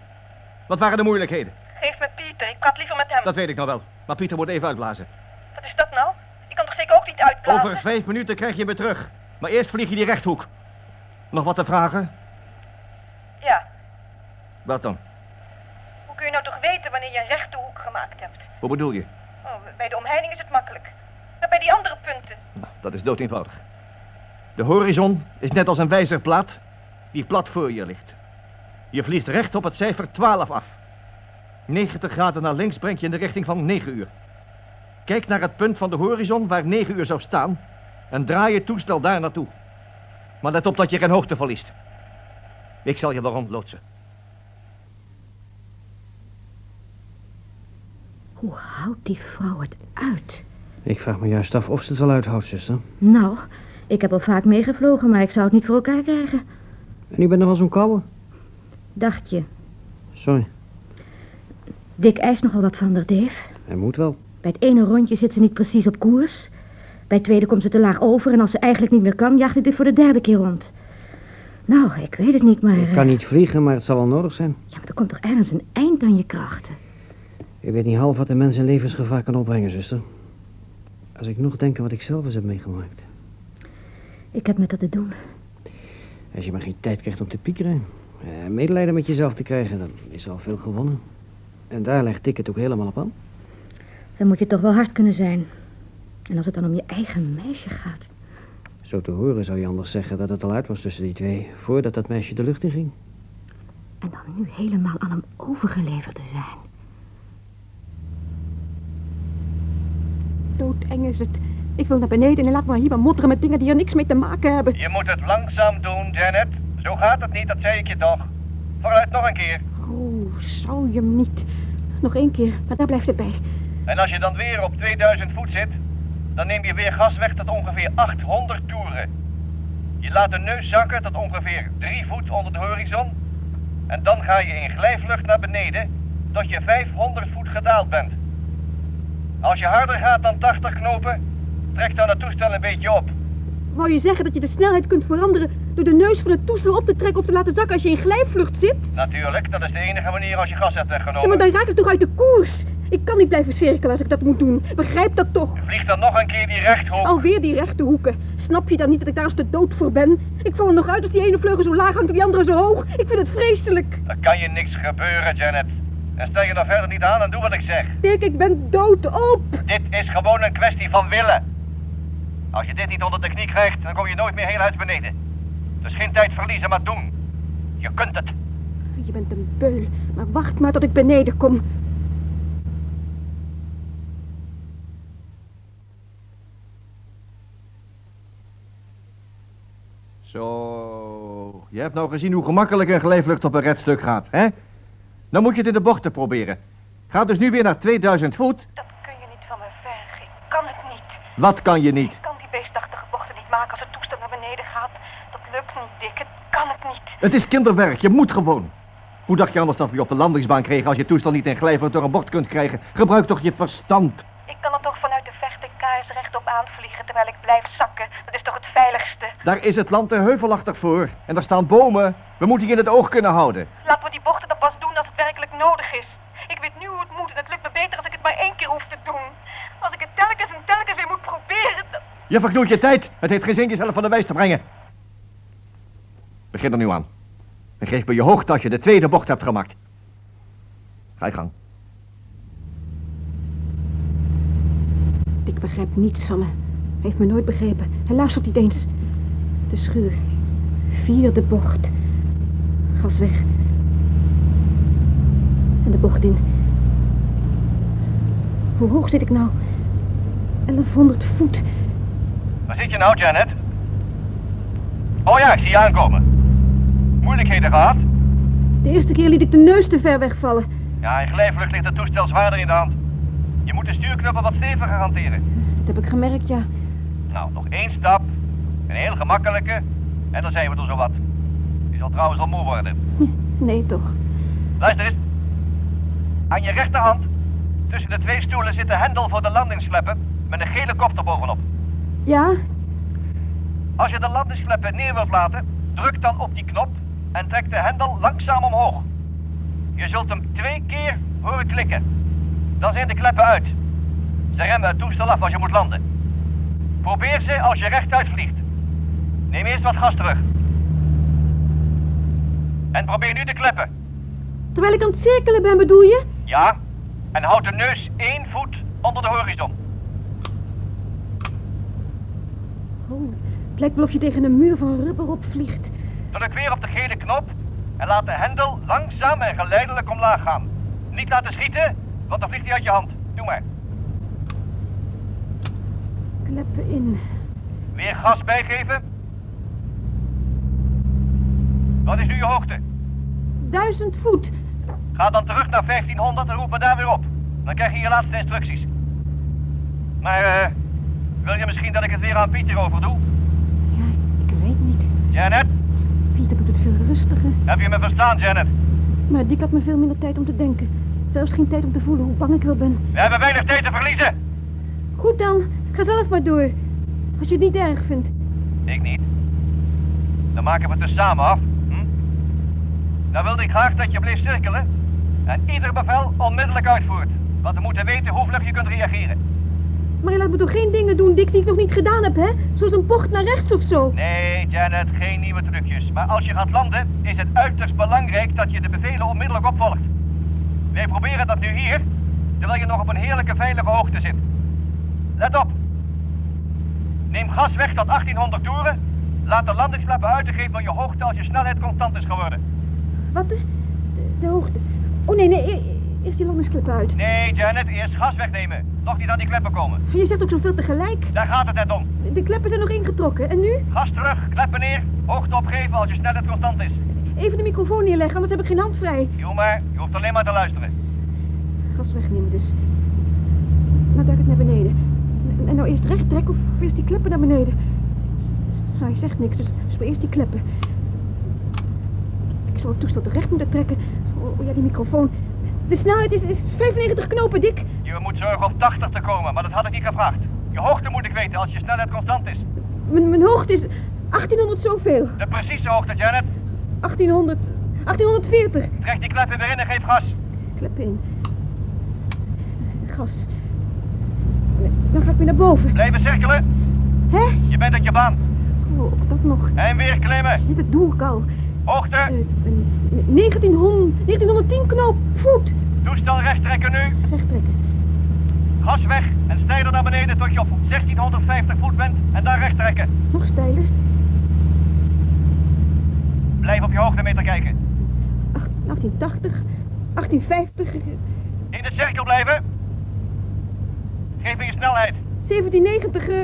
Speaker 2: Wat waren de moeilijkheden?
Speaker 8: Geef me Pieter. Ik praat liever met hem.
Speaker 2: Dat weet ik nou wel. Maar Pieter moet even uitblazen.
Speaker 8: Wat is dat nou? Ik kan toch zeker ook niet uitpraten?
Speaker 2: Over vijf minuten krijg je me terug. Maar eerst vlieg je die rechthoek. Nog wat te vragen?
Speaker 8: Ja.
Speaker 2: Wat dan?
Speaker 8: Hoe kun je nou toch weten wanneer je een rechte hoek gemaakt hebt?
Speaker 2: Hoe bedoel je?
Speaker 8: Oh, bij de omheining is het makkelijk. Maar bij die andere punten.
Speaker 2: Nou, Dat is dood eenvoudig. De horizon is net als een wijzerplaat die plat voor je ligt. Je vliegt recht op het cijfer 12 af. 90 graden naar links brengt je in de richting van 9 uur. Kijk naar het punt van de horizon waar 9 uur zou staan en draai je toestel daar naartoe. Maar let op dat je geen hoogte verliest. Ik zal je wel rondloodsen.
Speaker 10: Hoe houdt die vrouw het uit?
Speaker 7: Ik vraag me juist af of ze het wel uithoudt, zuster.
Speaker 10: Nou, ik heb al vaak meegevlogen, maar ik zou het niet voor elkaar krijgen.
Speaker 7: En u bent nog wel zo'n kouwe?
Speaker 10: Dacht je,
Speaker 7: Sorry,
Speaker 10: Dick eist nogal wat van haar, Dave.
Speaker 7: hij moet wel.
Speaker 10: Bij het ene rondje zit ze niet precies op koers. Bij het tweede komt ze te laag over en als ze eigenlijk niet meer kan, jaagt hij dit voor de derde keer rond. Nou, ik weet het niet, maar...
Speaker 7: Ik kan niet vliegen, maar het zal wel nodig zijn.
Speaker 10: Ja, maar er komt toch ergens een eind aan je krachten?
Speaker 7: Je weet niet half wat een mens in levensgevaar kan opbrengen, zuster. Als ik nog denk aan wat ik zelf eens heb meegemaakt.
Speaker 10: Ik heb met dat te doen.
Speaker 7: Als je maar geen tijd krijgt om te piekeren. eh, medelijden met jezelf te krijgen, dan is er al veel gewonnen. En daar legt ik het ook helemaal op aan.
Speaker 10: Dan moet je toch wel hard kunnen zijn. En als het dan om je eigen meisje gaat.
Speaker 7: Zo te horen zou je anders zeggen dat het al uit was tussen die twee, voordat dat meisje de lucht in ging.
Speaker 10: En dan nu helemaal aan hem overgeleverd te zijn.
Speaker 3: Doodeng is het. Ik wil naar beneden en laat me hier maar modderen met dingen die er niks mee te maken hebben.
Speaker 6: Je moet het langzaam doen, Janet. Zo gaat het niet, dat zei ik je toch. Vooruit nog een keer.
Speaker 3: Oh, zou je hem niet. Nog één keer, maar daar blijft het bij.
Speaker 6: En als je dan weer op 2000 voet zit, dan neem je weer gas weg tot ongeveer 800 toeren. Je laat de neus zakken tot ongeveer 3 voet onder de horizon. En dan ga je in glijvlucht naar beneden tot je 500 voet gedaald bent. Als je harder gaat dan 80 knopen, trek dan het toestel een beetje op.
Speaker 3: Wou je zeggen dat je de snelheid kunt veranderen door de neus van het toestel op te trekken of te laten zakken als je in glijvlucht zit?
Speaker 6: Natuurlijk, dat is de enige manier als je gas hebt
Speaker 3: Ja,
Speaker 6: weggenomen.
Speaker 3: maar dan raak ik toch uit de koers? Ik kan niet blijven cirkelen als ik dat moet doen. Begrijp dat toch?
Speaker 6: Vlieg dan nog een keer die rechthoek.
Speaker 3: Alweer die rechte hoeken. Snap je dan niet dat ik daar als de dood voor ben? Ik val er nog uit als die ene vleugel zo laag hangt en die andere zo hoog. Ik vind het vreselijk.
Speaker 6: Dan kan je niks gebeuren, Janet. En stel je dan verder niet aan en doe wat ik zeg.
Speaker 3: Dick, ik ben doodop.
Speaker 6: Dit is gewoon een kwestie van willen. Als je dit niet onder de knie krijgt, dan kom je nooit meer heel uit beneden. Dus geen tijd verliezen, maar doen. Je kunt het.
Speaker 3: Je bent een beul. Maar wacht maar tot ik beneden kom.
Speaker 2: Zo, je hebt nou gezien hoe gemakkelijk een glijvlucht op een redstuk gaat, hè? Dan moet je het in de bochten proberen. Ga dus nu weer naar 2000 voet.
Speaker 8: Kan het niet.
Speaker 2: Wat kan je niet?
Speaker 8: Ik kan die beestachtige bochten niet maken als het toestel naar beneden gaat. Dat lukt niet, Dick. Het kan het niet.
Speaker 2: Het is kinderwerk, je moet gewoon. Hoe dacht je anders dat we je op de landingsbaan kregen als je toestel niet in glijvlucht door een bocht kunt krijgen? Gebruik toch je verstand.
Speaker 8: Ik kan er toch vanuit de vechte kaars rechtop aanvliegen terwijl ik blijf zakken. Dat is toch het veiligste.
Speaker 2: Daar is het land te heuvelachtig voor. En daar staan bomen. We moeten je in het oog kunnen houden.
Speaker 8: Laten we die bochten dan pas doen als het werkelijk nodig is. Ik weet nu hoe het moet en het lukt me beter als ik het maar één keer hoef te doen. Als ik het telkens en telkens weer moet proberen, dan...
Speaker 2: Je verknoeit je tijd. Het heeft geen zin jezelf van de wijs te brengen. Begin er nu aan. En geef me je hoog dat je de tweede bocht hebt gemaakt. Ga je gang.
Speaker 3: Ik begrijp niets van me. Hij heeft me nooit begrepen. Hij luistert niet eens. De schuur. Vierde bocht. Gas weg. En de bocht in. Hoe hoog zit ik nou? 1100 voet.
Speaker 6: Waar zit je nou, Janet? Oh ja, ik zie je aankomen. Moeilijkheden gehad?
Speaker 3: De eerste keer liet ik de neus te ver wegvallen.
Speaker 6: Ja, in glijvlucht ligt het toestel zwaarder in de hand. Je moet de stuurknuppel wat steviger hanteren.
Speaker 3: Dat heb ik gemerkt, ja.
Speaker 6: Nou, nog één stap. Een heel gemakkelijke. En dan zijn we er zo wat. Je zal trouwens al moe worden.
Speaker 3: Nee, toch.
Speaker 6: Luister eens. Aan je rechterhand, tussen de twee stoelen, zit de hendel voor de landingskleppen met een gele kop erbovenop.
Speaker 3: Ja?
Speaker 6: Als je de landingskleppen neer wilt laten, druk dan op die knop en trek de hendel langzaam omhoog. Je zult hem twee keer horen klikken. Dan zijn de kleppen uit. Ze remmen het toestel af als je moet landen. Probeer ze als je rechtuit vliegt. Neem eerst wat gas terug. En probeer nu de kleppen.
Speaker 3: Terwijl ik aan het cirkelen ben, bedoel je?
Speaker 6: Ja, en houd de neus één voet onder de horizon.
Speaker 3: Oh, het lijkt wel of je tegen een muur van rubber opvliegt.
Speaker 6: Druk weer op de gele knop en laat de hendel langzaam en geleidelijk omlaag gaan. Niet laten schieten, want dan vliegt hij uit je hand. Doe maar.
Speaker 3: Kleppen in.
Speaker 6: Weer gas bijgeven. Wat is nu je hoogte?
Speaker 3: Duizend voet.
Speaker 6: Ga dan terug naar 1500 en roep me daar weer op. Dan krijg je je laatste instructies. Maar eh, wil je misschien dat ik het weer aan Pieter overdoe?
Speaker 3: Ik weet niet.
Speaker 6: Janet,
Speaker 3: Pieter doet het veel rustiger.
Speaker 6: heb je me verstaan, Janet?
Speaker 3: Maar Dick had me veel minder tijd om te denken. Zelfs geen tijd om te voelen hoe bang ik wel ben.
Speaker 6: We hebben weinig tijd te verliezen.
Speaker 3: Goed dan, ga zelf maar door. Als je het niet erg vindt.
Speaker 6: Ik niet. Dan maken we het dus samen af. Hm? Dan wilde ik graag dat je bleef cirkelen en ieder bevel onmiddellijk uitvoert. Want we moeten weten hoe vlug je kunt reageren.
Speaker 3: Maar je laat me toch geen dingen doen, Dick, die ik nog niet gedaan heb, hè? Zoals een bocht naar rechts of zo.
Speaker 6: Nee, Janet, geen nieuwe trucjes. Maar als je gaat landen, is het uiterst belangrijk dat je de bevelen onmiddellijk opvolgt. Wij proberen dat nu hier, terwijl je nog op een heerlijke veilige hoogte zit. Let op. Neem gas weg tot 1800 toeren. Laat de landingskleppen uit en geef maar je hoogte als je snelheid constant is geworden.
Speaker 3: Wat? De, de hoogte. Oh nee, nee, e- Eerst die landingskleppen uit.
Speaker 6: Nee, Janet, eerst gas wegnemen. Nog niet aan die kleppen komen.
Speaker 3: Je zegt ook zoveel tegelijk.
Speaker 6: Daar gaat het net om.
Speaker 3: De kleppen zijn nog ingetrokken. En nu?
Speaker 6: Gas terug, kleppen neer. Hoogte opgeven als je snelheid constant is.
Speaker 3: Even de microfoon neerleggen, anders heb ik geen hand vrij.
Speaker 6: Doe maar, je hoeft alleen maar te luisteren.
Speaker 3: Gas wegnemen dus. Nou duik ik naar beneden. En- En nou eerst recht trekken of, of eerst die kleppen naar beneden. Nou, hij zegt niks, dus, dus maar eerst die kleppen. Ik zal het toestel terecht moeten trekken. Oh, oh ja, die microfoon. De snelheid is, is 95 knopen, Dick.
Speaker 6: Je moet zorgen op 80 te komen, maar dat had ik niet gevraagd. Je hoogte moet ik weten als je snelheid constant is.
Speaker 3: Mijn, mijn hoogte is 1800 zoveel.
Speaker 6: De precieze hoogte, Janet.
Speaker 3: 1800. 1840.
Speaker 6: Trek die kleppen weer in en geef gas.
Speaker 3: Kleppen in. Gas. Nee, Dan ga ik weer naar boven.
Speaker 6: Blijven cirkelen.
Speaker 3: Hè?
Speaker 6: Je bent op je baan.
Speaker 3: Oh, ook dat nog.
Speaker 6: En weer klimmen.
Speaker 3: Ja, dat doe ik al. Eh,
Speaker 6: Hoogte.
Speaker 3: 1900, 1910 knoop. Voet.
Speaker 6: Toestel recht trekken nu.
Speaker 3: Recht trekken.
Speaker 6: Gas weg en stijger naar beneden tot je op 1650 voet bent en daar recht trekken.
Speaker 3: Nog steiler.
Speaker 6: Blijf op je hoogtemeter kijken.
Speaker 3: 1880. 1850.
Speaker 6: In de cirkel blijven. Geef in je snelheid.
Speaker 3: 1790. eh,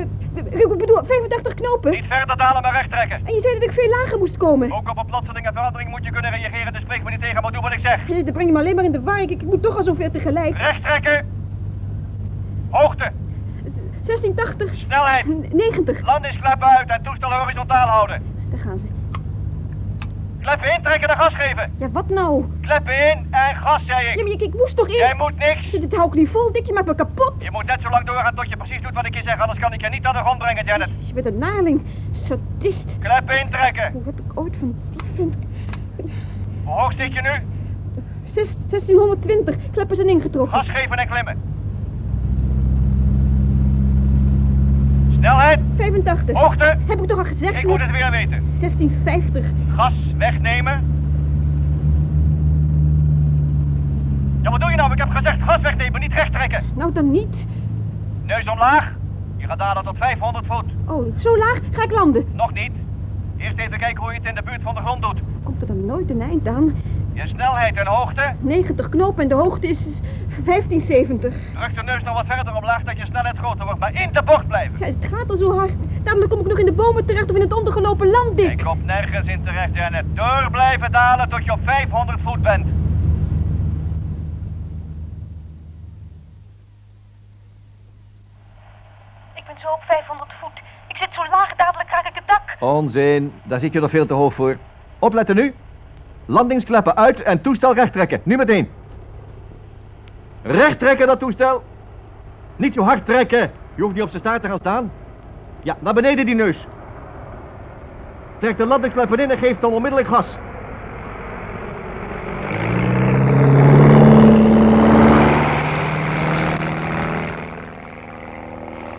Speaker 3: ik bedoel, 85 knopen.
Speaker 6: Niet verder dalen, maar recht trekken.
Speaker 3: En je zei dat ik veel lager moest komen.
Speaker 6: Ook op een plotselinge verandering moet je kunnen reageren, dus spreek me niet tegen, maar doe wat ik zeg.
Speaker 3: Je, Eh, dat breng je me alleen maar in de war. Ik, ik moet toch al zoveel tegelijk.
Speaker 6: Recht trekken. Hoogte.
Speaker 3: 1680.
Speaker 6: Snelheid.
Speaker 3: 90.
Speaker 6: Landingskleppen uit en toestel horizontaal houden.
Speaker 3: Daar gaan ze.
Speaker 6: Kleppen intrekken en gas geven.
Speaker 3: Ja, wat nou?
Speaker 6: Kleppen in en gas, zei ik.
Speaker 3: Ja, maar ik, ik moest toch eerst...
Speaker 6: Jij moet niks.
Speaker 3: Ja, dit hou ik niet vol, Dick. Je maakt me kapot.
Speaker 6: Je moet net zo lang doorgaan tot je precies doet wat ik je zeg, anders kan ik je niet aan de grond brengen, Janet.
Speaker 3: Je bent een naling. Sadist.
Speaker 6: Kleppen intrekken.
Speaker 3: Hoe heb ik ooit van die vent...
Speaker 6: Hoe hoog zit je nu?
Speaker 3: Zes- 1620. Kleppen zijn ingetrokken.
Speaker 6: Gas geven en klimmen. Snelheid.
Speaker 8: Oh.
Speaker 3: 85.
Speaker 6: Hoogte.
Speaker 3: Heb ik toch al gezegd?
Speaker 6: Ik moet
Speaker 3: net?
Speaker 6: het weer weten.
Speaker 3: 1650.
Speaker 6: Gas wegnemen. Ja, wat doe je nou? Ik heb gezegd gas wegnemen, niet recht trekken.
Speaker 3: Nou, dan niet.
Speaker 6: Neus omlaag. Je gaat dalen tot 500 voet.
Speaker 3: Oh, zo laag ga ik landen.
Speaker 6: Nog niet. Eerst even kijken hoe je het in de buurt van de grond doet.
Speaker 3: Komt er dan nooit een eind aan?
Speaker 6: Je snelheid en hoogte.
Speaker 3: 90 knopen en de hoogte is is 1570.
Speaker 6: Druk de neus nog wat verder omlaag dat je snelheid groter wordt, maar in de bocht blijven.
Speaker 3: Ja, het gaat al zo hard. Dadelijk kom ik nog in de bomen terecht of in het ondergelopen land, Dick.
Speaker 6: Ik kom nergens in terecht, Janet. Door blijven dalen tot je op 500 voet bent.
Speaker 8: Ik ben zo op 500 voet. Ik zit zo laag, dadelijk raak ik het dak.
Speaker 2: Onzin, daar zit je nog veel te hoog voor. Opletten nu. Landingskleppen uit en toestel recht trekken. Nu meteen. Recht trekken dat toestel. Niet zo hard trekken. Je hoeft niet op zijn staart te gaan staan. Ja, naar beneden die neus. Trek de landingskleppen in en geef dan onmiddellijk gas.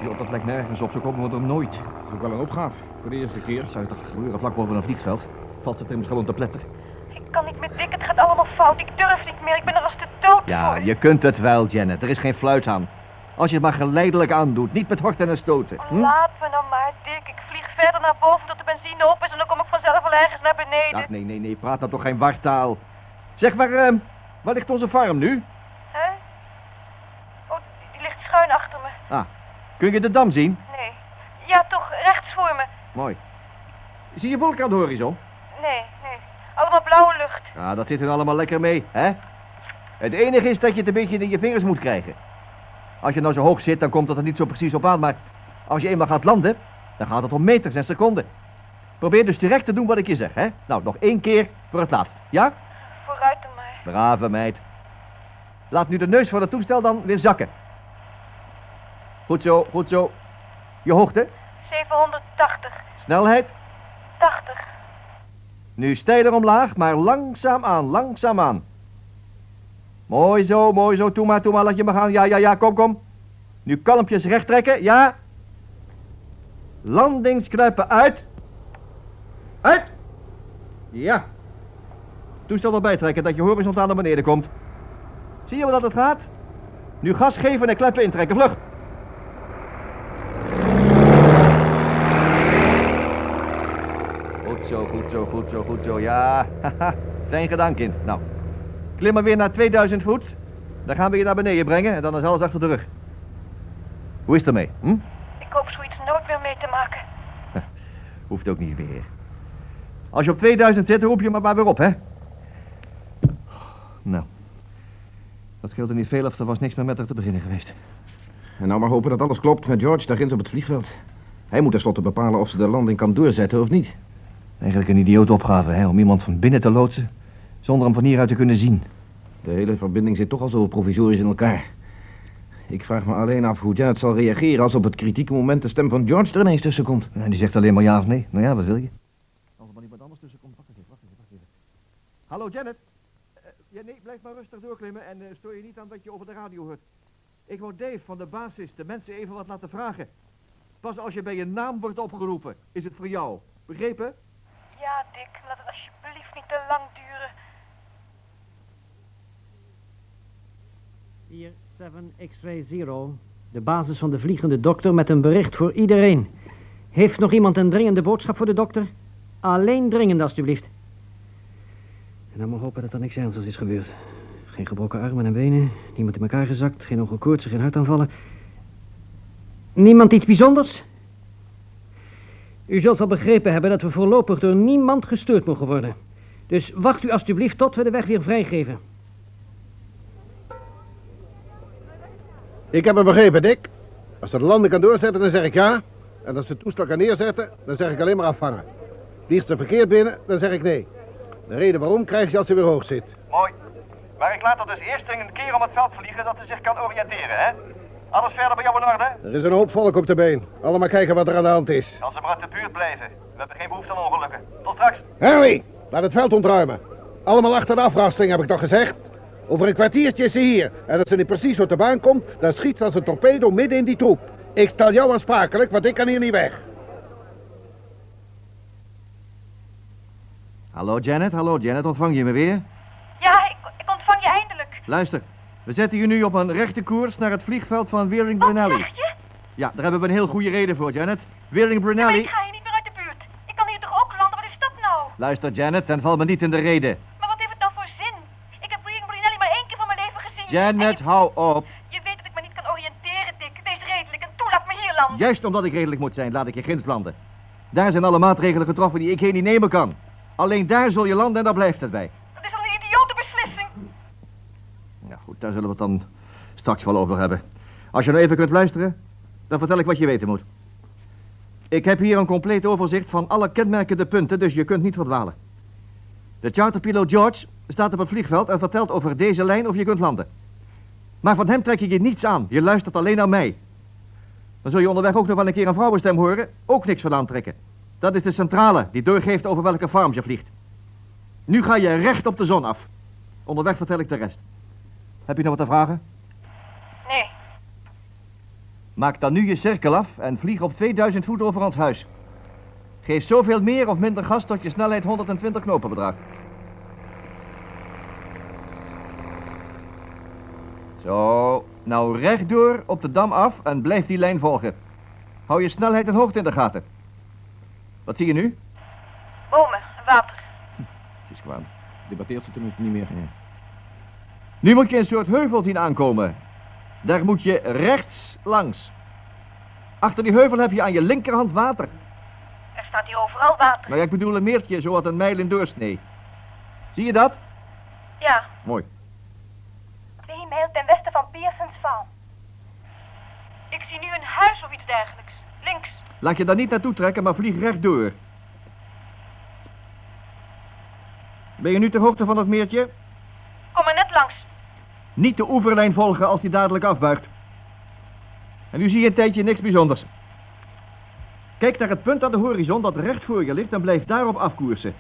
Speaker 2: Joh, dat lijkt nergens op. Zo komen we er nooit. Dat is ook wel een opgave. Voor de eerste keer. Zou je toch gebeuren vlak boven een vliegveld? Valt het immers gewoon te pletter?
Speaker 8: Ik kan niet meer dik, het gaat allemaal fout. Ik durf niet meer, ik ben er als de dood
Speaker 2: Ja,
Speaker 8: voor.
Speaker 2: je kunt het wel, Janet. Er is geen fluit aan. Als je het maar geleidelijk aandoet, niet met horten en stoten. Hm?
Speaker 8: Laat me nou maar, Dick. Ik vlieg verder naar boven tot de benzine op is en dan kom ik vanzelf al ergens naar beneden.
Speaker 2: Ach, nee, nee, nee, praat nou toch geen wartaal. Zeg, waar, eh, waar ligt onze farm nu?
Speaker 8: Hè? Oh, die- die ligt schuin achter me.
Speaker 2: Ah, kun je de dam zien?
Speaker 8: Nee. Ja, toch, rechts voor me.
Speaker 2: Mooi. Zie je wolken aan de horizon?
Speaker 8: Nee, nee. Allemaal blauwe lucht.
Speaker 2: Ja, dat zit er allemaal lekker mee, hè? Het enige is dat je het een beetje in je vingers moet krijgen. Als je nou zo hoog zit, dan komt dat er niet zo precies op aan. Maar als je eenmaal gaat landen, dan gaat het om meters en seconden. Probeer dus direct te doen wat ik je zeg, hè? Nou, nog één keer voor het laatst, ja?
Speaker 8: Vooruit dan maar.
Speaker 2: Brave meid. Laat nu de neus van het toestel dan weer zakken. Goed zo, goed zo. Je hoogte,
Speaker 8: 780.
Speaker 2: snelheid.
Speaker 8: 80.
Speaker 2: Nu steiler omlaag, maar langzaam aan, langzaam aan. Mooi zo, mooi zo. Toe maar, toe maar, laat je me gaan. Ja, ja, ja, kom, kom. Nu kalmpjes recht trekken, ja. Landingskleppen uit. Uit. Ja. Toestel erbij trekken dat je horizontaal naar beneden komt. Zie je wel dat het gaat? Nu gas geven en kleppen intrekken, vlug. Goed zo, goed zo, goed zo, goed zo. Ja, haha. Fijn gedaan, kind. Nou, klim maar weer naar 2000 voet. Dan gaan we je naar beneden brengen en dan is alles achter de rug. Hoe is het ermee? Hm?
Speaker 8: Ik hoop zoiets nooit meer mee te maken.
Speaker 2: Hoeft ook niet meer. Als je op 2000 zit, roep je me maar weer op, hè? Nou, dat scheelde niet veel of er was niks meer met haar te beginnen geweest.
Speaker 12: En nou maar hopen dat alles klopt met George daar ginds op het vliegveld. Hij moet tenslotte bepalen of ze de landing kan doorzetten of niet.
Speaker 13: Eigenlijk een idiote opgave, hè, om iemand van binnen te loodsen zonder hem van hieruit te kunnen zien.
Speaker 12: De hele verbinding zit toch al zo provisorisch in elkaar. Ik vraag me alleen af hoe Janet zal reageren als op het kritieke moment de stem van George er ineens tussen komt.
Speaker 13: Nou, die zegt alleen maar ja of nee. Nou ja, wat wil je?
Speaker 2: Als er maar iemand anders tussen komt, wacht even, wacht even, wacht even. Hallo Janet. Eh, ja, nee, blijf maar rustig doorklimmen en eh, stoor je niet aan wat je over de radio hoort. Ik wou Dave van de basis de mensen even wat laten vragen. Pas als je bij je naam wordt opgeroepen, is het voor jou. Begrepen?
Speaker 8: Ja, Dick, laat het alsjeblieft niet te lang duren.
Speaker 7: 47 X-ray 0, de basis van de vliegende dokter met een bericht voor iedereen. Heeft nog iemand een dringende boodschap voor de dokter? Alleen dringend, alstublieft. En dan maar hopen dat er niks ernstigs is gebeurd. Geen gebroken armen en benen, niemand in elkaar gezakt, geen ongekoorts, geen hartaanvallen. Niemand iets bijzonders? U zult wel begrepen hebben dat we voorlopig door niemand gestuurd mogen worden. Dus wacht u alstublieft tot we de weg weer vrijgeven.
Speaker 11: Ik heb het begrepen, Dick. Als ze de landing kan doorzetten, dan zeg ik ja. En als ze het toestel kan neerzetten, dan zeg ik alleen maar afvangen. Vliegt ze verkeerd binnen, dan zeg ik nee. De reden waarom krijg je als ze weer hoog zit.
Speaker 6: Mooi. Maar ik laat er dus eerst een keer om het veld vliegen dat ze zich kan oriënteren, hè? Alles verder bij jou in orde?
Speaker 11: Er is een hoop volk op de been. Allemaal kijken wat er aan de hand is.
Speaker 6: Als ze maar uit de buurt blijven. We hebben geen behoefte aan ongelukken. Tot straks.
Speaker 11: Harry, laat het veld ontruimen. Allemaal achter de afrasting, heb ik toch gezegd? Over een kwartiertje is ze hier. En als ze niet precies op de baan komt, dan schiet ze als een torpedo midden in die troep. Ik stel jou aansprakelijk, want ik kan hier niet weg.
Speaker 2: Hallo Janet, hallo Janet, ontvang je me weer?
Speaker 8: Ja, ik, ik ontvang je eindelijk.
Speaker 2: Luister, we zetten je nu op een rechte koers naar het vliegveld van
Speaker 8: Oh,
Speaker 2: Weering Brunelli. Ja, daar hebben we een heel goede reden voor, Janet. Weering
Speaker 8: Maar
Speaker 2: Brunelli.
Speaker 8: ik ga hier niet meer uit de buurt. Ik kan hier toch ook landen? Wat is dat nou?
Speaker 2: Luister, Janet, en val me niet in de reden.
Speaker 8: Maar wat heeft het nou voor zin? Ik heb Brian Brunelli maar één keer van mijn leven gezien.
Speaker 2: Janet, hou op.
Speaker 8: Je weet dat ik me niet kan oriënteren, Dick. Wees redelijk en toe, laat me hier landen.
Speaker 2: Juist omdat ik redelijk moet zijn, laat ik je ginds landen. Daar zijn alle maatregelen getroffen die ik hier niet nemen kan. Alleen daar zul je landen en daar blijft het bij.
Speaker 8: Dat is al een idiote beslissing.
Speaker 2: Nou goed, daar zullen we het dan straks wel over hebben. Als je nou even kunt luisteren, dan vertel ik wat je weten moet. Ik heb hier een compleet overzicht van alle kenmerkende punten, dus je kunt niet verdwalen. De charterpiloot George staat op het vliegveld en vertelt over deze lijn of je kunt landen. Maar van hem trek je je niets aan, je luistert alleen naar mij. Dan zul je onderweg ook nog wel een keer een vrouwenstem horen, ook niks van aantrekken. Dat is de centrale, die doorgeeft over welke farm je vliegt. Nu ga je recht op de zon af. Onderweg vertel ik de rest. Heb je nog wat te vragen?
Speaker 8: Nee.
Speaker 2: Maak dan nu je cirkel af en vlieg op 2000 voet over ons huis. Geef zoveel meer of minder gas tot je snelheid 120 knopen bedraagt. Zo, nou rechtdoor op de dam af en blijf die lijn volgen. Hou je snelheid en hoogte in de gaten. Wat zie je nu?
Speaker 8: Bomen, water.
Speaker 2: Het is kwaad. Debatteert ze tenminste niet meer. Nu moet je een soort heuvel zien aankomen. Daar moet je rechts langs. Achter die heuvel heb je aan je linkerhand water.
Speaker 8: Er staat hier overal water.
Speaker 2: Nou ja, ik bedoel een meertje, zo wat een mijl in doorsnee. Zie je dat?
Speaker 8: Ja.
Speaker 2: Mooi.
Speaker 8: Twee mijl ten westen van Pearson's Farm. Ik zie nu een huis of iets dergelijks. Links.
Speaker 2: Laat je daar niet naartoe trekken, maar vlieg rechtdoor. Ben je nu ter hoogte van dat meertje?
Speaker 8: Kom er net langs.
Speaker 2: Niet de oeverlijn volgen als die dadelijk afbuigt. En nu zie je een tijdje niks bijzonders. Kijk naar het punt aan de horizon dat recht voor je ligt en blijf daarop afkoersen.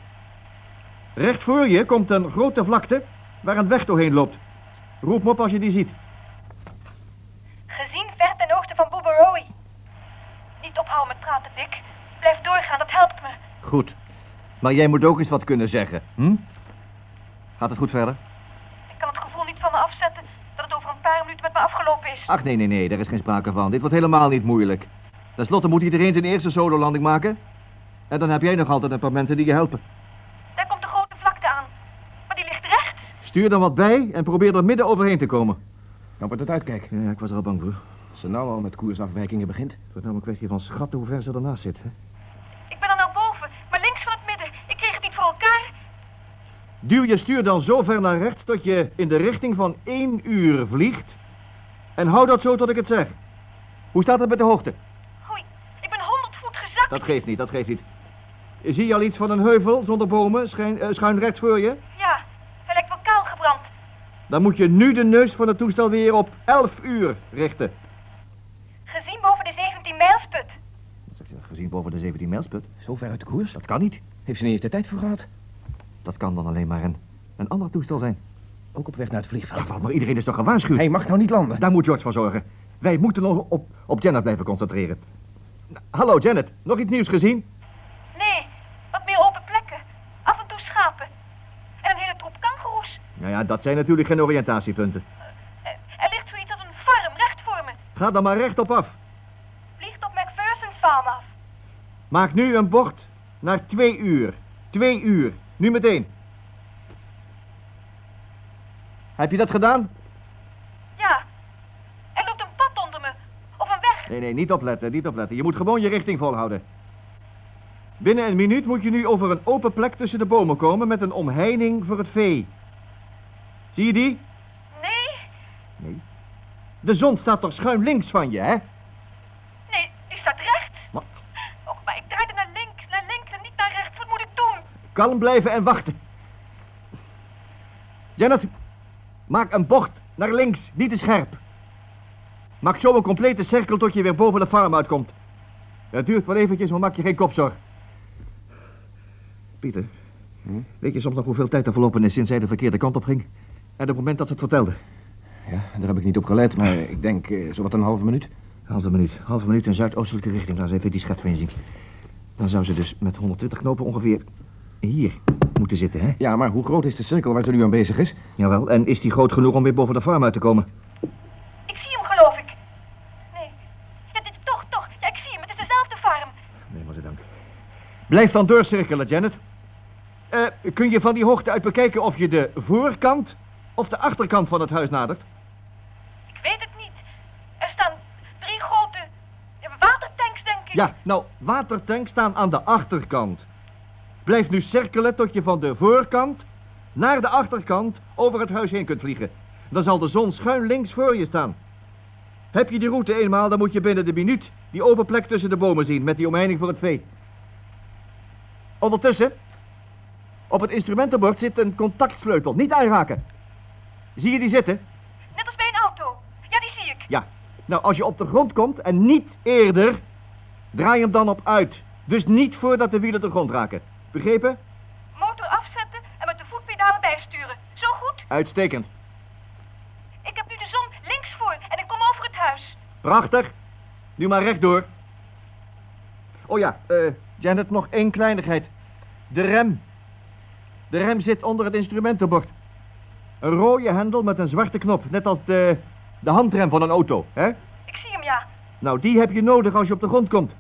Speaker 2: Recht voor je komt een grote vlakte waar een weg doorheen loopt. Roep me op als je die ziet.
Speaker 8: Gezien ver ten oosten van Booberowie. Niet ophouden met praten, Dick. Blijf doorgaan, dat helpt me.
Speaker 2: Goed. Maar jij moet ook eens wat kunnen zeggen, hm? Gaat het goed verder?
Speaker 8: Ik kan het gevoel niet van me afzetten dat het over een paar minuten met me afgelopen is.
Speaker 2: Ach, nee, nee, nee, daar is geen sprake van. Dit wordt helemaal niet moeilijk. Ten slotte moet iedereen zijn eerste sololanding maken. En dan heb jij nog altijd een paar mensen die je helpen.
Speaker 8: Daar komt de grote vlakte aan. Maar die ligt rechts.
Speaker 2: Stuur dan wat bij en probeer er midden overheen te komen.
Speaker 12: Dan wordt het uitkijk.
Speaker 13: Ja, ik was er al bang voor.
Speaker 12: Als ze nou al met koersafwijkingen begint.
Speaker 13: Het wordt nou een kwestie van schatten hoe ver ze ernaast zit. Hè?
Speaker 8: Ik ben er nou boven, maar links van het midden. Ik kreeg het niet voor elkaar.
Speaker 2: Duw je stuur dan zo ver naar rechts dat je in de richting van één uur vliegt. En hou dat zo tot ik het zeg. Hoe staat het met de hoogte?
Speaker 8: Ik ben 100 voet gezakt.
Speaker 2: Dat geeft niet, dat geeft niet. Zie je al iets van een heuvel zonder bomen, schijn- eh, schuin rechts voor je?
Speaker 8: Ja, hij lijkt wel kaal gebrand.
Speaker 2: Dan moet je nu de neus van het toestel weer op 11 uur richten.
Speaker 8: Gezien boven de 17 mijlsput.
Speaker 13: Gezien boven de 17 mijlsput. Zo ver uit de koers? Dat kan niet. Heeft ze niet eens de tijd voor gehad? Dat kan dan alleen maar een, een ander toestel zijn. Ook op weg naar het vliegveld.
Speaker 2: Maar iedereen is toch gewaarschuwd? Hij mag nou niet landen. Daar moet George voor zorgen. Wij moeten ons op, op Janet blijven concentreren. Nou, Hallo Janet, nog iets nieuws gezien?
Speaker 8: Nee, wat meer open plekken. Af en toe schapen. En een hele troep kangoeroes.
Speaker 2: Nou ja, dat zijn natuurlijk geen oriëntatiepunten.
Speaker 8: Er ligt zoiets als een farm recht voor me.
Speaker 2: Ga dan maar rechtop af.
Speaker 8: Vliegt op McPherson's farm af.
Speaker 2: Maak nu een bocht naar twee uur. Twee uur. Nu meteen. Heb je dat gedaan?
Speaker 8: Ja, er loopt een pad onder me. Of een weg.
Speaker 2: Nee, nee, niet opletten, niet opletten. Je moet gewoon je richting volhouden. Binnen een minuut moet je nu over een open plek tussen de bomen komen met een omheining voor het vee. Zie je die?
Speaker 8: Nee,
Speaker 2: Nee. De zon staat toch schuin links van je, hè?
Speaker 8: nee, die staat rechts.
Speaker 2: Wat?
Speaker 8: Och, maar ik draaide naar links, naar links en niet naar rechts. Wat moet ik doen?
Speaker 2: Kalm blijven en wachten. Janet, maak een bocht naar links, niet te scherp. Maak zo een complete cirkel tot je weer boven de farm uitkomt. Het duurt wel eventjes, maar maak je geen kopzorg. Pieter,
Speaker 12: Hm?
Speaker 2: weet je soms nog hoeveel tijd er verlopen is sinds zij de verkeerde kant op ging? En het moment dat ze het vertelde.
Speaker 12: Ja, daar heb ik niet op gelet, maar ik denk eh, zowat een halve minuut.
Speaker 13: Halve minuut. Halve minuut in zuidoostelijke richting. Laat eens even die schets van je zien. Dan zou ze dus met 120 knopen ongeveer hier moeten zitten, hè?
Speaker 12: Ja, maar hoe groot is de cirkel waar ze nu aan bezig is?
Speaker 13: Jawel, en is die groot genoeg om weer boven de farm uit te komen?
Speaker 8: Ik zie hem, geloof ik. Nee, ja, dit, toch, toch. Ja, ik zie hem. Het is dezelfde farm.
Speaker 13: Nee, maar ze dank.
Speaker 2: Blijf dan doorcirkelen, Janet. Eh, kun je van die hoogte uit bekijken of je de voorkant of de achterkant van het huis nadert?
Speaker 8: Ik weet het niet. Er staan drie grote eh, watertanks, denk ik.
Speaker 2: Ja, nou, watertanks staan aan de achterkant. Blijf nu cirkelen tot je van de voorkant naar de achterkant over het huis heen kunt vliegen. Dan zal de zon schuin links voor je staan. Heb je die route eenmaal, dan moet je binnen de minuut die open plek tussen de bomen zien met die omheining voor het vee. Ondertussen, op het instrumentenbord zit een contactsleutel. Niet aanraken. Zie je die zitten?
Speaker 8: Net als bij een auto. Ja, die zie ik.
Speaker 2: Ja. Nou, als je op de grond komt en niet eerder, draai hem dan op uit. Dus niet voordat de wielen de grond raken. Begrepen?
Speaker 8: Motor afzetten en met de voetpedalen bijsturen. Zo goed.
Speaker 2: Uitstekend.
Speaker 8: Ik heb nu de zon links voor en ik kom over het huis.
Speaker 2: Prachtig. Nu maar rechtdoor. Oh ja, eh, Janet, nog één kleinigheid. De rem. De rem zit onder het instrumentenbord. Een rode hendel met een zwarte knop, net als de, de handrem van een auto, hè?
Speaker 8: Ik zie hem, ja.
Speaker 2: Nou, die heb je nodig als je op de grond komt.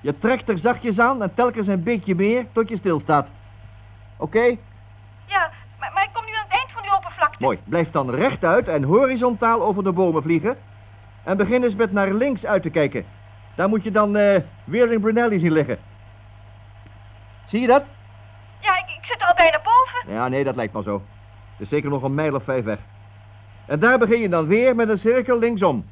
Speaker 2: Je trekt er zachtjes aan en telkens een beetje meer tot je stilstaat. Oké?
Speaker 8: Ja, maar, maar ik kom nu aan het eind van die open vlakte.
Speaker 2: Mooi. Blijf dan rechtuit en horizontaal over de bomen vliegen. En begin eens met naar links uit te kijken. Daar moet je dan eh Weering Brunelli zien liggen. Zie je dat?
Speaker 8: Ja, ik, ik zit er al bijna boven.
Speaker 2: Ja, nee, dat lijkt wel zo. Dus zeker nog een mijl of vijf weg. En daar begin je dan weer met een cirkel linksom.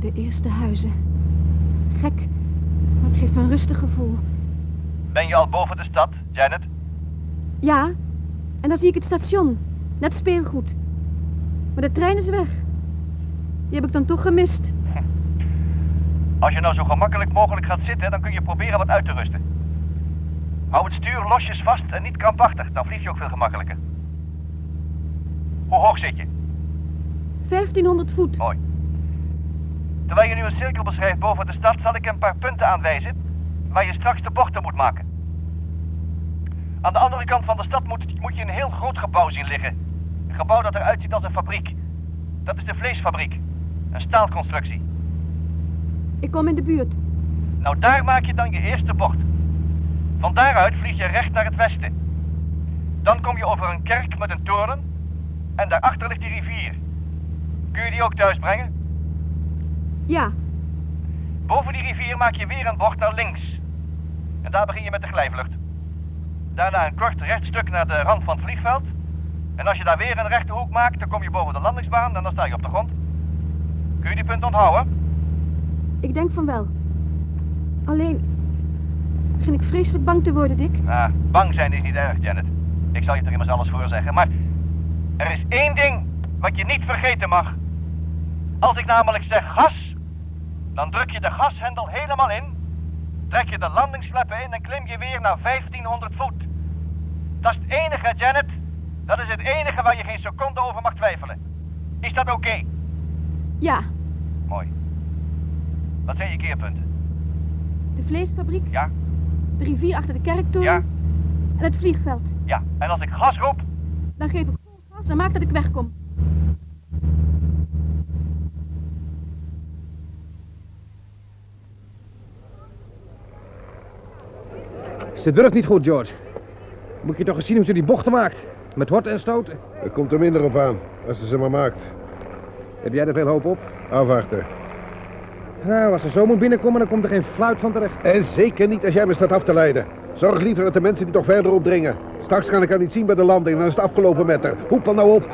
Speaker 14: De eerste huizen. Gek, maar het geeft me een rustig gevoel.
Speaker 6: Ben je al boven de stad, Janet?
Speaker 14: Ja, en dan zie ik het station. Net speelgoed. Maar de trein is weg. Die heb ik dan toch gemist.
Speaker 6: Als je nou zo gemakkelijk mogelijk gaat zitten, dan kun je proberen wat uit te rusten. Hou het stuur losjes vast en niet krampachtig, dan vlieg je ook veel gemakkelijker. Hoe hoog zit je?
Speaker 14: 1500 voet.
Speaker 6: Mooi. Terwijl je nu een cirkel beschrijft boven de stad, zal ik een paar punten aanwijzen waar je straks de bochten moet maken. Aan de andere kant van de stad moet, moet je een heel groot gebouw zien liggen. Een gebouw dat eruit ziet als een fabriek. Dat is de vleesfabriek. Een staalconstructie.
Speaker 14: Ik kom in de buurt.
Speaker 6: Nou, daar maak je dan je eerste bocht. Van daaruit vlieg je recht naar het westen. Dan kom je over een kerk met een toren en daarachter ligt die rivier. Kun je die ook thuis brengen?
Speaker 3: Ja,
Speaker 6: Boven die rivier maak je weer een bocht naar links. En daar begin je met de glijvlucht. Daarna een kort rechtstuk naar de rand van het vliegveld. En als je daar weer een rechte hoek maakt, dan kom je boven de landingsbaan en dan sta je op de grond. Kun je die punt onthouden?
Speaker 3: ik denk van wel. Alleen begin ik vreselijk bang te worden, Dick.
Speaker 6: Nou, bang zijn is niet erg, Janet. Ik zal je er immers alles voor zeggen. Maar er is één ding wat je niet vergeten mag. Als ik namelijk zeg gas, dan druk je de gashendel helemaal in, trek je de landingssleppen in en klim je weer naar 1500 voet. Dat is het enige, Janet. Dat is het enige waar je geen seconde over mag twijfelen. Is dat oké?
Speaker 3: Ja,
Speaker 6: Mooi. Wat zijn je keerpunten?
Speaker 3: de vleesfabriek,
Speaker 6: Ja?
Speaker 3: de rivier achter de kerktoren en het vliegveld.
Speaker 6: Ja. En als ik gas roep,
Speaker 3: Dan geef ik vol gas en maak dat ik wegkom.
Speaker 12: Ze durft niet goed, George. Moet je toch eens zien hoe ze die bochten maakt? Met hort en stoot.
Speaker 11: Het komt er minder op aan, als ze ze maar maakt.
Speaker 12: Heb jij er veel hoop op?
Speaker 11: Afwachten.
Speaker 12: Nou, als ze zo moet binnenkomen, dan komt er geen fluit van terecht.
Speaker 11: En zeker niet als jij me staat af te leiden. Zorg liever dat de mensen die toch verder opdringen. Straks kan ik haar niet zien bij de landing, dan is het afgelopen met haar. Hoep dan nou op.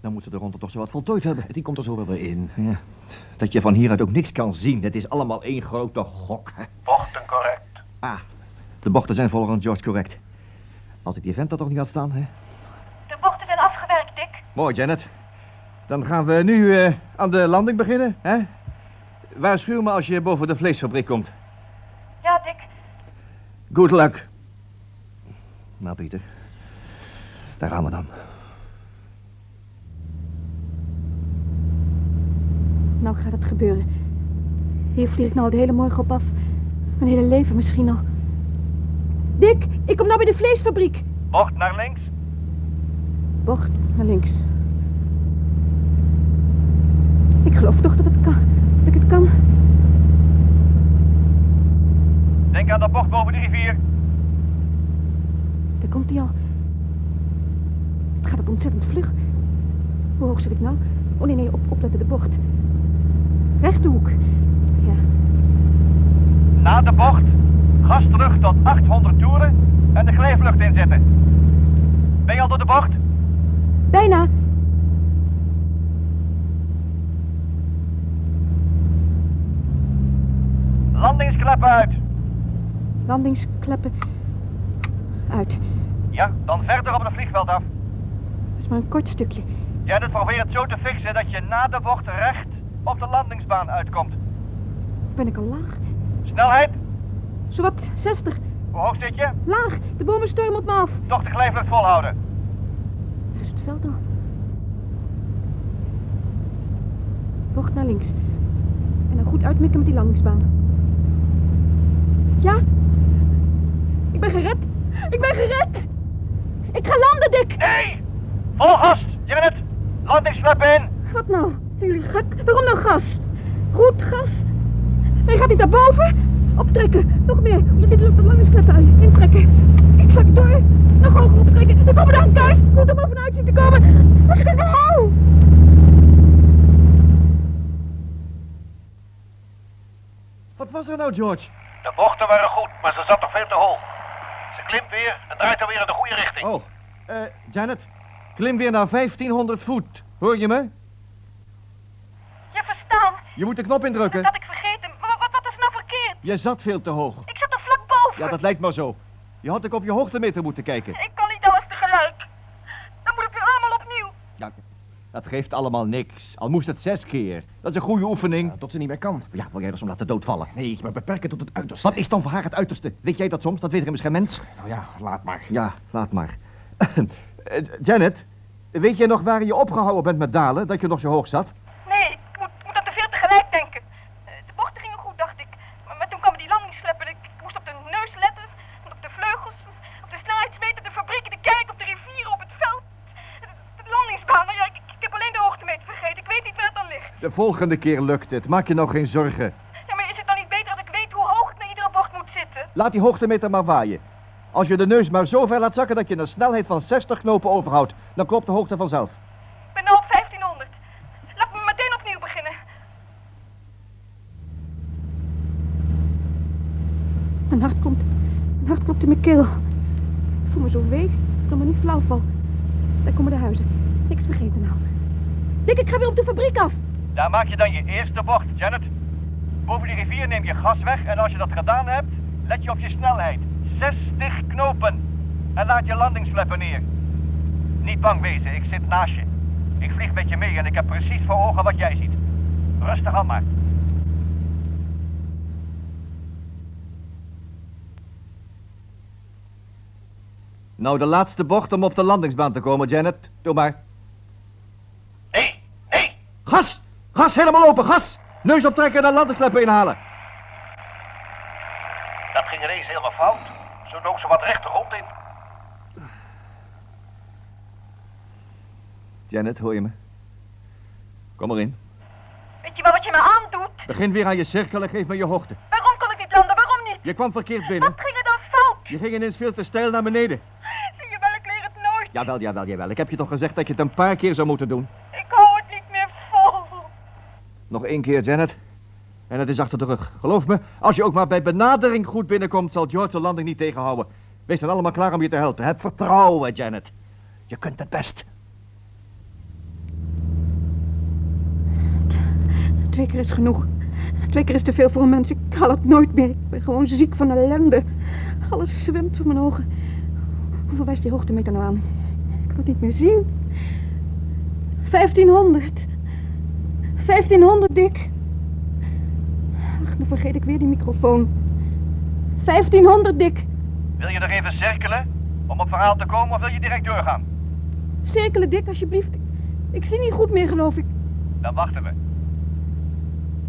Speaker 2: Dan moet ze de ronde toch zo wat voltooid hebben. Die komt er zo wel weer in. Ja. Dat je van hieruit ook niks kan zien. Het is allemaal één grote gok. hè.
Speaker 6: bochten correct.
Speaker 2: Ah, de bochten zijn volgens George correct. Als ik die vent dat toch niet had staan, hè?
Speaker 8: De bochten zijn afgewerkt, Dick.
Speaker 2: Mooi, Janet. Dan gaan we nu eh, aan de landing beginnen, hè? Waarschuw me als je boven de vleesfabriek komt.
Speaker 8: Ja, Dick.
Speaker 2: Good luck. Nou, Pieter. Daar gaan we dan.
Speaker 3: Nou gaat het gebeuren. Hier vlieg ik nou de hele morgen op af. Mijn hele leven misschien nog. Dick, ik kom nou bij de vleesfabriek.
Speaker 6: Bocht naar links.
Speaker 3: Bocht naar links. Ik geloof toch dat het kan. Dat ik het kan.
Speaker 6: Denk aan dat bocht boven de rivier.
Speaker 3: Daar komt hij al. Het gaat ook ontzettend vlug. Hoe hoog zit ik nou? Oh nee, nee, op, opletten de bocht. Rechte hoek.
Speaker 6: Na de bocht, gas terug tot 800 toeren en de glijvlucht inzetten. Ben je al door de bocht?
Speaker 3: Bijna.
Speaker 6: Landingskleppen uit.
Speaker 3: Landingskleppen. Uit.
Speaker 6: Ja, dan verder op het vliegveld
Speaker 3: Dat
Speaker 6: af.
Speaker 3: is maar een kort stukje.
Speaker 6: Janet probeert het zo te fixen dat je na de bocht recht op de landingsbaan uitkomt.
Speaker 3: Ben ik al laag?
Speaker 6: Snelheid,
Speaker 3: Zowat 60.
Speaker 6: hoe hoog zit je?
Speaker 3: Laag. De bomen stormen op me af.
Speaker 6: Toch de glijvlucht volhouden.
Speaker 3: Daar is het veld al. Bocht naar links. En dan goed uitmikken met die landingsbaan. Ja? Ik ben gered. Ik ben gered. Ik ga landen, Dick.
Speaker 6: Nee! Vol gas, Janet! Landingskleppen in!
Speaker 3: Wat nou? Zijn jullie gek? Waarom nou gas? Goed, gas. Hij gaat niet naar boven. Optrekken. Nog meer. Dit loopt de landingsklep uit. Intrekken. Ik zak door. Nog hoger optrekken. Dan komen we dan thuis. Ik moet er maar vanuit zien te komen. Als ik het wel hou.
Speaker 2: Wat was er nou, George?
Speaker 6: De bochten waren goed, maar ze zat nog veel te hoog. Ze klimt weer en draait dan weer in de goede richting.
Speaker 2: Oh, eh, Janet, klim weer naar 1500 voet. Hoor je me?
Speaker 8: Je verstaan.
Speaker 2: Je moet de knop indrukken.
Speaker 8: Dat had ik vergeten. Maar wat, wat is nou verkeerd?
Speaker 2: Je zat veel te hoog.
Speaker 8: Ik zat er vlak boven.
Speaker 2: Ja, dat lijkt maar zo. Je had ook op je hoogtemeter moeten kijken.
Speaker 8: Ik kan niet alles tegelijk. Dan moet het weer allemaal opnieuw.
Speaker 2: Ja, dat geeft allemaal niks. Al moest het zes keer. Dat is een goede oefening.
Speaker 12: tot ze niet meer kan.
Speaker 2: Ja, wil jij dus om laten doodvallen?
Speaker 12: Nee, maar beperken tot het uiterste.
Speaker 2: Wat is dan voor haar het uiterste? Weet jij dat soms? Dat weet er immers geen mens.
Speaker 12: Nou ja, laat maar.
Speaker 2: Ja, laat maar. Eh, Janet, weet jij nog waar je opgehouden bent met dalen? Dat je nog zo hoog zat?
Speaker 8: Nee, ik moet, ik moet aan te veel tegelijk denken. Eh, De bochten gingen goed, dacht ik. Maar, maar toen kwamen die landingssleppen. en Ik, ik moest op de neus letten. en Op de vleugels. Op de snelheidsmeter, de fabrieken, de kerk, op de rivieren, op het veld. De, de landingsbaan. Nou ja, ik, ik heb alleen de hoogtemeter vergeten. Ik weet niet waar het dan ligt.
Speaker 2: De volgende keer lukt het. Maak je nou geen zorgen.
Speaker 8: Ja, maar is het dan niet beter als ik weet
Speaker 2: Laat die hoogtemeter maar waaien. Als je de neus maar zo ver laat zakken dat je een snelheid van 60 knopen overhoudt, dan klopt de hoogte vanzelf.
Speaker 8: Ik ben nu op 1500. Laat me meteen opnieuw beginnen.
Speaker 3: Mijn hart komt. Mijn hart klopt in mijn keel. Ik voel me zo weeg als ik nog maar niet flauw val. Daar komen de huizen. Niks vergeten nou. Dick, ik ga weer op de fabriek af.
Speaker 6: Daar maak je dan je eerste bocht, Janet. Boven die rivier neem je gas weg en als je dat gedaan hebt, let je op je snelheid. 60 knopen. En laat je landingsflappen neer. Niet bang wezen, ik zit naast je. Ik vlieg met je mee en ik heb precies voor ogen wat jij ziet. Rustig aan maar.
Speaker 2: Nou, de laatste bocht om op de landingsbaan te komen, Janet. Doe maar. Nee, nee. Gas! Gas helemaal open, gas! Neus optrekken en de landingssleppen inhalen.
Speaker 6: Dat ging ineens helemaal fout. Zo dook ze wat rechterop in.
Speaker 2: Janet, hoor je me? Kom erin.
Speaker 8: Weet je wel wat je me aandoet?
Speaker 2: Begin weer aan je cirkel en geef me je hoogte.
Speaker 8: Waarom kon ik niet landen? Waarom niet?
Speaker 2: Je kwam verkeerd binnen.
Speaker 8: Wat ging er dan fout?
Speaker 2: Je ging ineens veel te steil naar beneden.
Speaker 8: Zie je wel, ik leer het nooit.
Speaker 2: Jawel, jawel, jawel. Ik heb je toch gezegd dat je het een paar keer zou moeten doen?
Speaker 8: Ik hou het niet meer vol.
Speaker 2: Nog één keer, Janet. En het is achter de rug. Geloof me, als je ook maar bij benadering goed binnenkomt, zal George de landing niet tegenhouden. Wees dan allemaal klaar om je te helpen. Heb vertrouwen, Janet. Je kunt het best.
Speaker 3: Twee keer is genoeg. Twee keer is te veel voor een mens. Ik haal het nooit meer. Ik ben gewoon ziek van ellende. Alles zwemt voor mijn ogen. Hoeveel wijst die hoogtemeter nou aan? Ik kan het niet meer zien. 1500. 1500, Dick. Ach, dan vergeet ik weer die microfoon. 1500, Dick.
Speaker 6: Wil je nog even cirkelen om op verhaal te komen of wil je direct doorgaan?
Speaker 3: Cirkelen, Dick, alsjeblieft. Ik zie niet goed meer, geloof ik.
Speaker 6: Dan wachten we.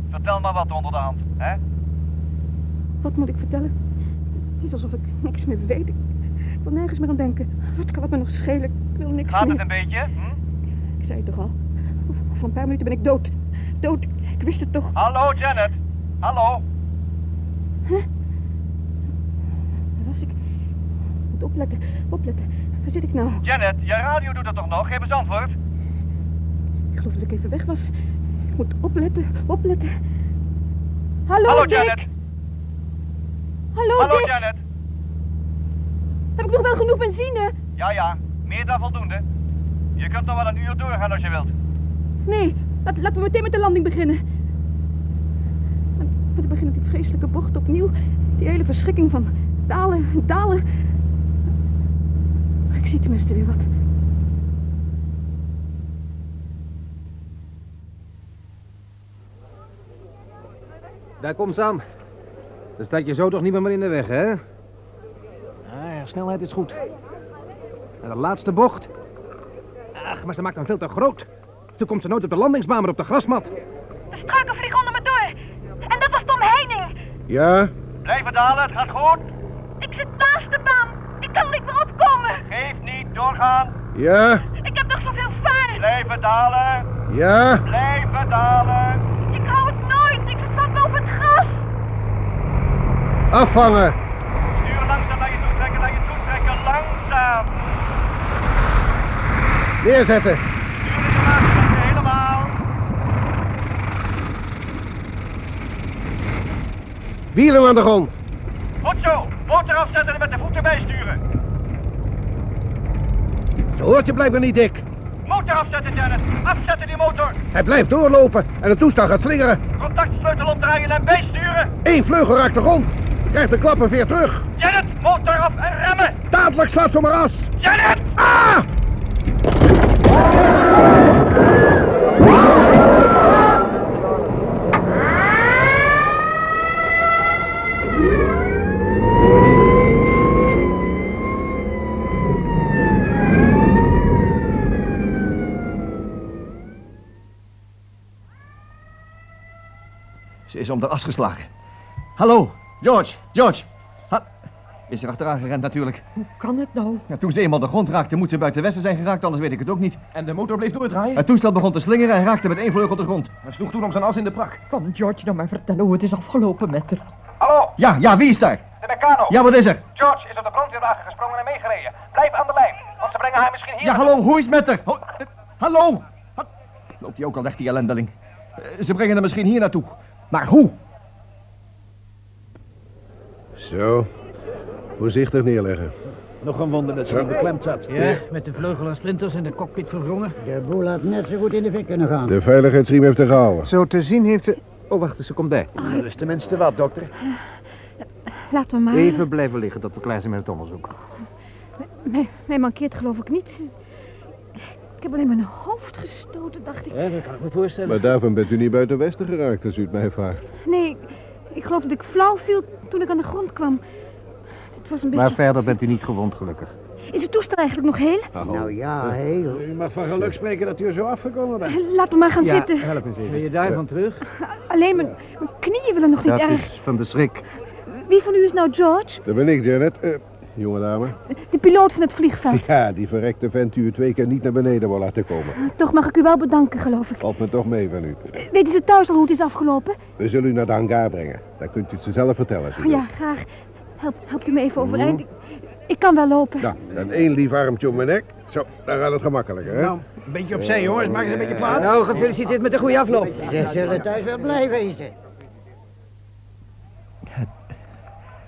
Speaker 6: Vertel maar wat onder de hand, hè?
Speaker 3: Wat moet ik vertellen? Het is alsof ik niks meer weet. Ik wil nergens meer aan denken. Wat kan het me nog schelen? Ik wil niks
Speaker 6: Gaat
Speaker 3: meer.
Speaker 6: het een beetje? Hm?
Speaker 3: Ik zei het toch al. Over- Over een paar minuten ben ik dood. Dood. Ik wist het toch.
Speaker 6: Hallo, Janet. Hallo.
Speaker 3: Huh? Waar was ik? Ik moet opletten. Opletten. Waar zit ik nou?
Speaker 6: Janet, je radio doet het toch nog? Geef eens antwoord.
Speaker 8: Oh,
Speaker 3: Ik geloof dat ik even weg was. Ik moet opletten. Opletten. Hallo,
Speaker 6: Hallo,
Speaker 3: Dick.
Speaker 6: Janet.
Speaker 3: Hallo,
Speaker 6: Hallo,
Speaker 3: Dick.
Speaker 6: Janet.
Speaker 3: Heb ik nog wel genoeg benzine?
Speaker 6: Ja, ja. Meer dan voldoende. Je kunt nog wel een uur doorgaan als je wilt.
Speaker 3: Nee, laat- laten we meteen met de landing beginnen. Maar- Maar dan begint die vreselijke bocht opnieuw. Die hele verschrikking van dalen, en dalen. Maar ik zie tenminste weer wat.
Speaker 15: Daar komt ze aan. Dan staat je zo toch niet meer meer in de weg, hè? Ah, ja, snelheid is goed. En de laatste bocht. Ach, maar ze maakt hem veel te groot. Zo komt ze nooit op de landingsbaan, maar op de grasmat.
Speaker 8: De struiken vliegen onder me door. En dat was Tom Heining.
Speaker 11: Ja?
Speaker 6: Blijven dalen, het gaat goed.
Speaker 8: Ik zit naast de baan. Ik kan niet meer opkomen.
Speaker 6: Geef niet, doorgaan.
Speaker 11: Ja?
Speaker 8: Ik heb nog zoveel vaart.
Speaker 6: Blijven dalen.
Speaker 11: Ja?
Speaker 6: Blijven dalen.
Speaker 8: Ik hou het nooit. Ik sta boven het gras.
Speaker 11: Afvangen!
Speaker 6: Stuur langzaam naar je toe trekken, naar je toe trekken. Langzaam.
Speaker 11: Neerzetten!
Speaker 6: Helemaal.
Speaker 11: Wielen aan de grond!
Speaker 6: Goed zo. Motor afzetten en met de voeten bijsturen.
Speaker 11: Ze hoort je blijkbaar niet, Dick.
Speaker 6: Motor afzetten, Janet. Afzetten die motor.
Speaker 11: Hij blijft doorlopen en het toestel gaat slingeren.
Speaker 6: Contactsleutel omdraaien en bijsturen.
Speaker 11: Eén vleugel raakt de grond. Krijgt de klap en veer terug.
Speaker 6: Janet, motor af en remmen.
Speaker 11: Dadelijk slaat ze maar as.
Speaker 6: Janet!
Speaker 11: Ah!
Speaker 2: Ze is om de as geslagen. Hallo, George, George. Ha- Is er achteraan gerend natuurlijk.
Speaker 5: Hoe kan het nou?
Speaker 2: Ja, toen ze eenmaal de grond raakte, moet ze buiten westen zijn geraakt, anders weet ik het ook niet.
Speaker 13: En de motor bleef doordraaien?
Speaker 2: Het toestel begon te slingeren en raakte met één vleugel de grond.
Speaker 13: Hij sloeg toen om zijn as in de prak.
Speaker 5: Kan George nou maar vertellen hoe het is afgelopen met haar?
Speaker 2: Ja, ja, wie is daar?
Speaker 6: de Meccano.
Speaker 2: Ja, wat is er?
Speaker 6: George is op de brandweerwagen gesprongen en meegereden. Blijf aan de lijn, want ze brengen haar misschien hier.
Speaker 2: Ja, hallo, hoe is het met haar? Ho- eh, hallo! Ha- Loopt hij ook al weg, die ellendeling? Eh, ze brengen hem misschien hier naartoe. Maar hoe?
Speaker 11: Zo. Voorzichtig neerleggen.
Speaker 7: Nog een wonder dat ze
Speaker 11: Ja.
Speaker 7: niet beklemd zat.
Speaker 11: Ja,
Speaker 7: met de vleugel en splinters en de cockpit verwrongen. De boel had net zo goed in de fik kunnen gaan.
Speaker 11: De veiligheidsriem heeft er gehouden.
Speaker 16: Zo te zien heeft ze... Oh, wacht eens, ze komt bij.
Speaker 7: Dat is tenminste Ah, wat, dokter.
Speaker 3: Laten we maar.
Speaker 16: Even blijven liggen tot we klaar zijn met het onderzoek.
Speaker 3: Mij, mij mankeert geloof ik niets. Ik heb alleen mijn hoofd gestoten, dacht ik.
Speaker 7: Ja, dat kan ik me voorstellen.
Speaker 11: Maar daarvan bent u niet buiten Westen geraakt, als u het mij vraagt.
Speaker 3: Nee, ik, ik geloof dat ik flauw viel toen ik aan de grond kwam. Het was een beetje...
Speaker 16: Maar verder bent u niet gewond, gelukkig.
Speaker 3: Is het toestel eigenlijk nog heel?
Speaker 7: Nou ja, heel. U mag van geluk spreken dat u er zo afgekomen bent.
Speaker 3: Eh, Laat me maar gaan zitten.
Speaker 16: help eens even.
Speaker 7: Ben je daarvan terug?
Speaker 3: Alleen mijn, mijn knieën willen nog niet
Speaker 11: Dat
Speaker 3: erg.
Speaker 11: is-
Speaker 16: Van de schrik.
Speaker 3: Wie van u is nou George?
Speaker 11: Dat ben ik, Janet. Eh, jonge dame.
Speaker 3: De piloot van het vliegveld.
Speaker 11: Ja, die verrekte vent die u twee keer niet naar beneden wil laten komen.
Speaker 3: Toch mag ik u wel bedanken, geloof ik.
Speaker 11: Valt me toch mee van u.
Speaker 3: Weten ze thuis al hoe het is afgelopen?
Speaker 11: We zullen u naar de hangar brengen. Daar kunt u het ze zelf vertellen. Als u
Speaker 3: Ah, ja, graag. Help, helpt u me even overeind. Ik, ik kan wel lopen.
Speaker 11: Nou, dan één lief armtje om mijn nek. Zo, dan gaat het gemakkelijker, hè?
Speaker 7: Nou, een beetje
Speaker 2: Eh,
Speaker 7: opzij, jongens. Maak eens een beetje plaats.
Speaker 17: Nou, gefeliciteerd met de goede afloop.
Speaker 7: Ze zullen thuis wel blij wezen.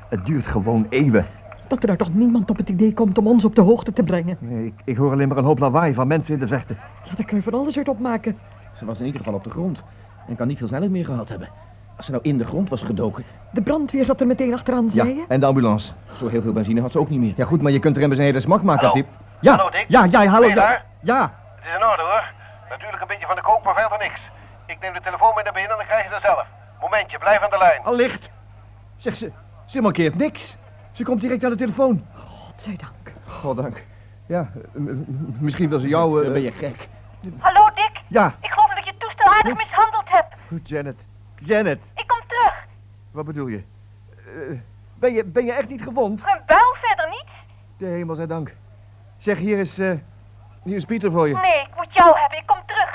Speaker 2: Het duurt gewoon eeuwen.
Speaker 5: Dat er daar toch niemand op het idee komt om ons op de hoogte te brengen.
Speaker 2: Nee, ik, ik hoor alleen maar een hoop lawaai van mensen in de vechten.
Speaker 5: Ja, daar kun je van alles uit opmaken.
Speaker 12: Ze was in ieder geval op de grond en kan niet veel sneller meer gehad hebben. Als ze nou in de grond was gedoken.
Speaker 5: De brandweer zat er meteen achteraan, zei je?
Speaker 2: en de ambulance. Zo heel veel benzine had ze ook niet meer. Ja, goed, maar je kunt er immers een hele smak maken,
Speaker 6: Hallo?
Speaker 2: Tip. Ja,
Speaker 6: Hallo, Dick.
Speaker 2: ja, ja, hallo.
Speaker 6: Ben je
Speaker 2: Ja,
Speaker 6: daar?
Speaker 2: ja.
Speaker 6: Het is in orde hoor. Natuurlijk een beetje van de kook, maar veel van niks. Ik neem de telefoon mee naar binnen en dan krijg je het zelf. Momentje, blijf aan de lijn.
Speaker 2: Allicht. Zeg, ze, ze mankeert niks. Ze komt direct aan de telefoon.
Speaker 5: Godzijdank.
Speaker 2: Goddank. Ja, eh, m- m- misschien wil ze jou... eh,
Speaker 12: Dan ben je gek.
Speaker 8: Hallo Dick,
Speaker 2: Ja,
Speaker 8: ik geloof dat ik je toestel aardig mishandeld heb.
Speaker 2: goed, Janet. Janet,
Speaker 8: Ik kom terug.
Speaker 2: wat bedoel je? Eh, ben je? Ben je echt niet gewond?
Speaker 8: Een buil verder niet?
Speaker 2: De hemel zij dank. Zeg, hier is, eh, hier is Pieter voor je.
Speaker 8: Nee, ik moet jou hebben. Ik kom terug.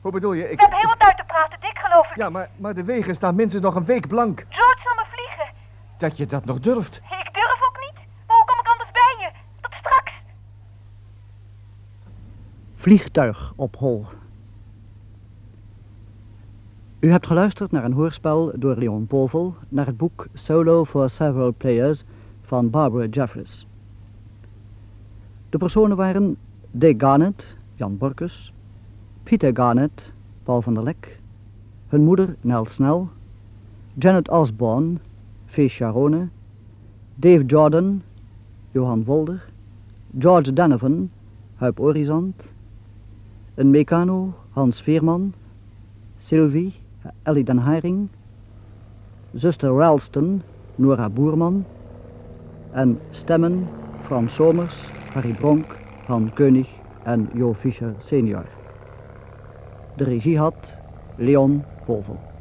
Speaker 2: Hoe bedoel je? Ik...
Speaker 8: We hebben heel wat uit te praten, Dick, geloof ik.
Speaker 2: Ja, maar, maar de wegen staan minstens nog een week blank.
Speaker 8: George zal me vliegen.
Speaker 2: Dat je dat nog durft.
Speaker 8: Ik durf ook niet. Maar hoe kom ik anders bij je? Tot straks.
Speaker 4: Vliegtuig op hol. U hebt geluisterd naar een hoorspel door Leon Povel naar het boek Solo for Several Players van Barbara Jeffries. De personen waren Dick Garnett, Jan Borkus, Pieter Garnett, Paul van der Lek, hun moeder Nel Snel, Janet Osborne, Fee Sharone, Dave Jordan, Johan Wolder, George Donovan, Huip Orizont, een Meccano, Hans Veerman, Sylvie, Ellie den Haring, zuster Ralston, Nora Boerman en stemmen Frans Somers, Harry Bronk, Han Keunig en Jo Fischer senior. De regie had Leon Povel.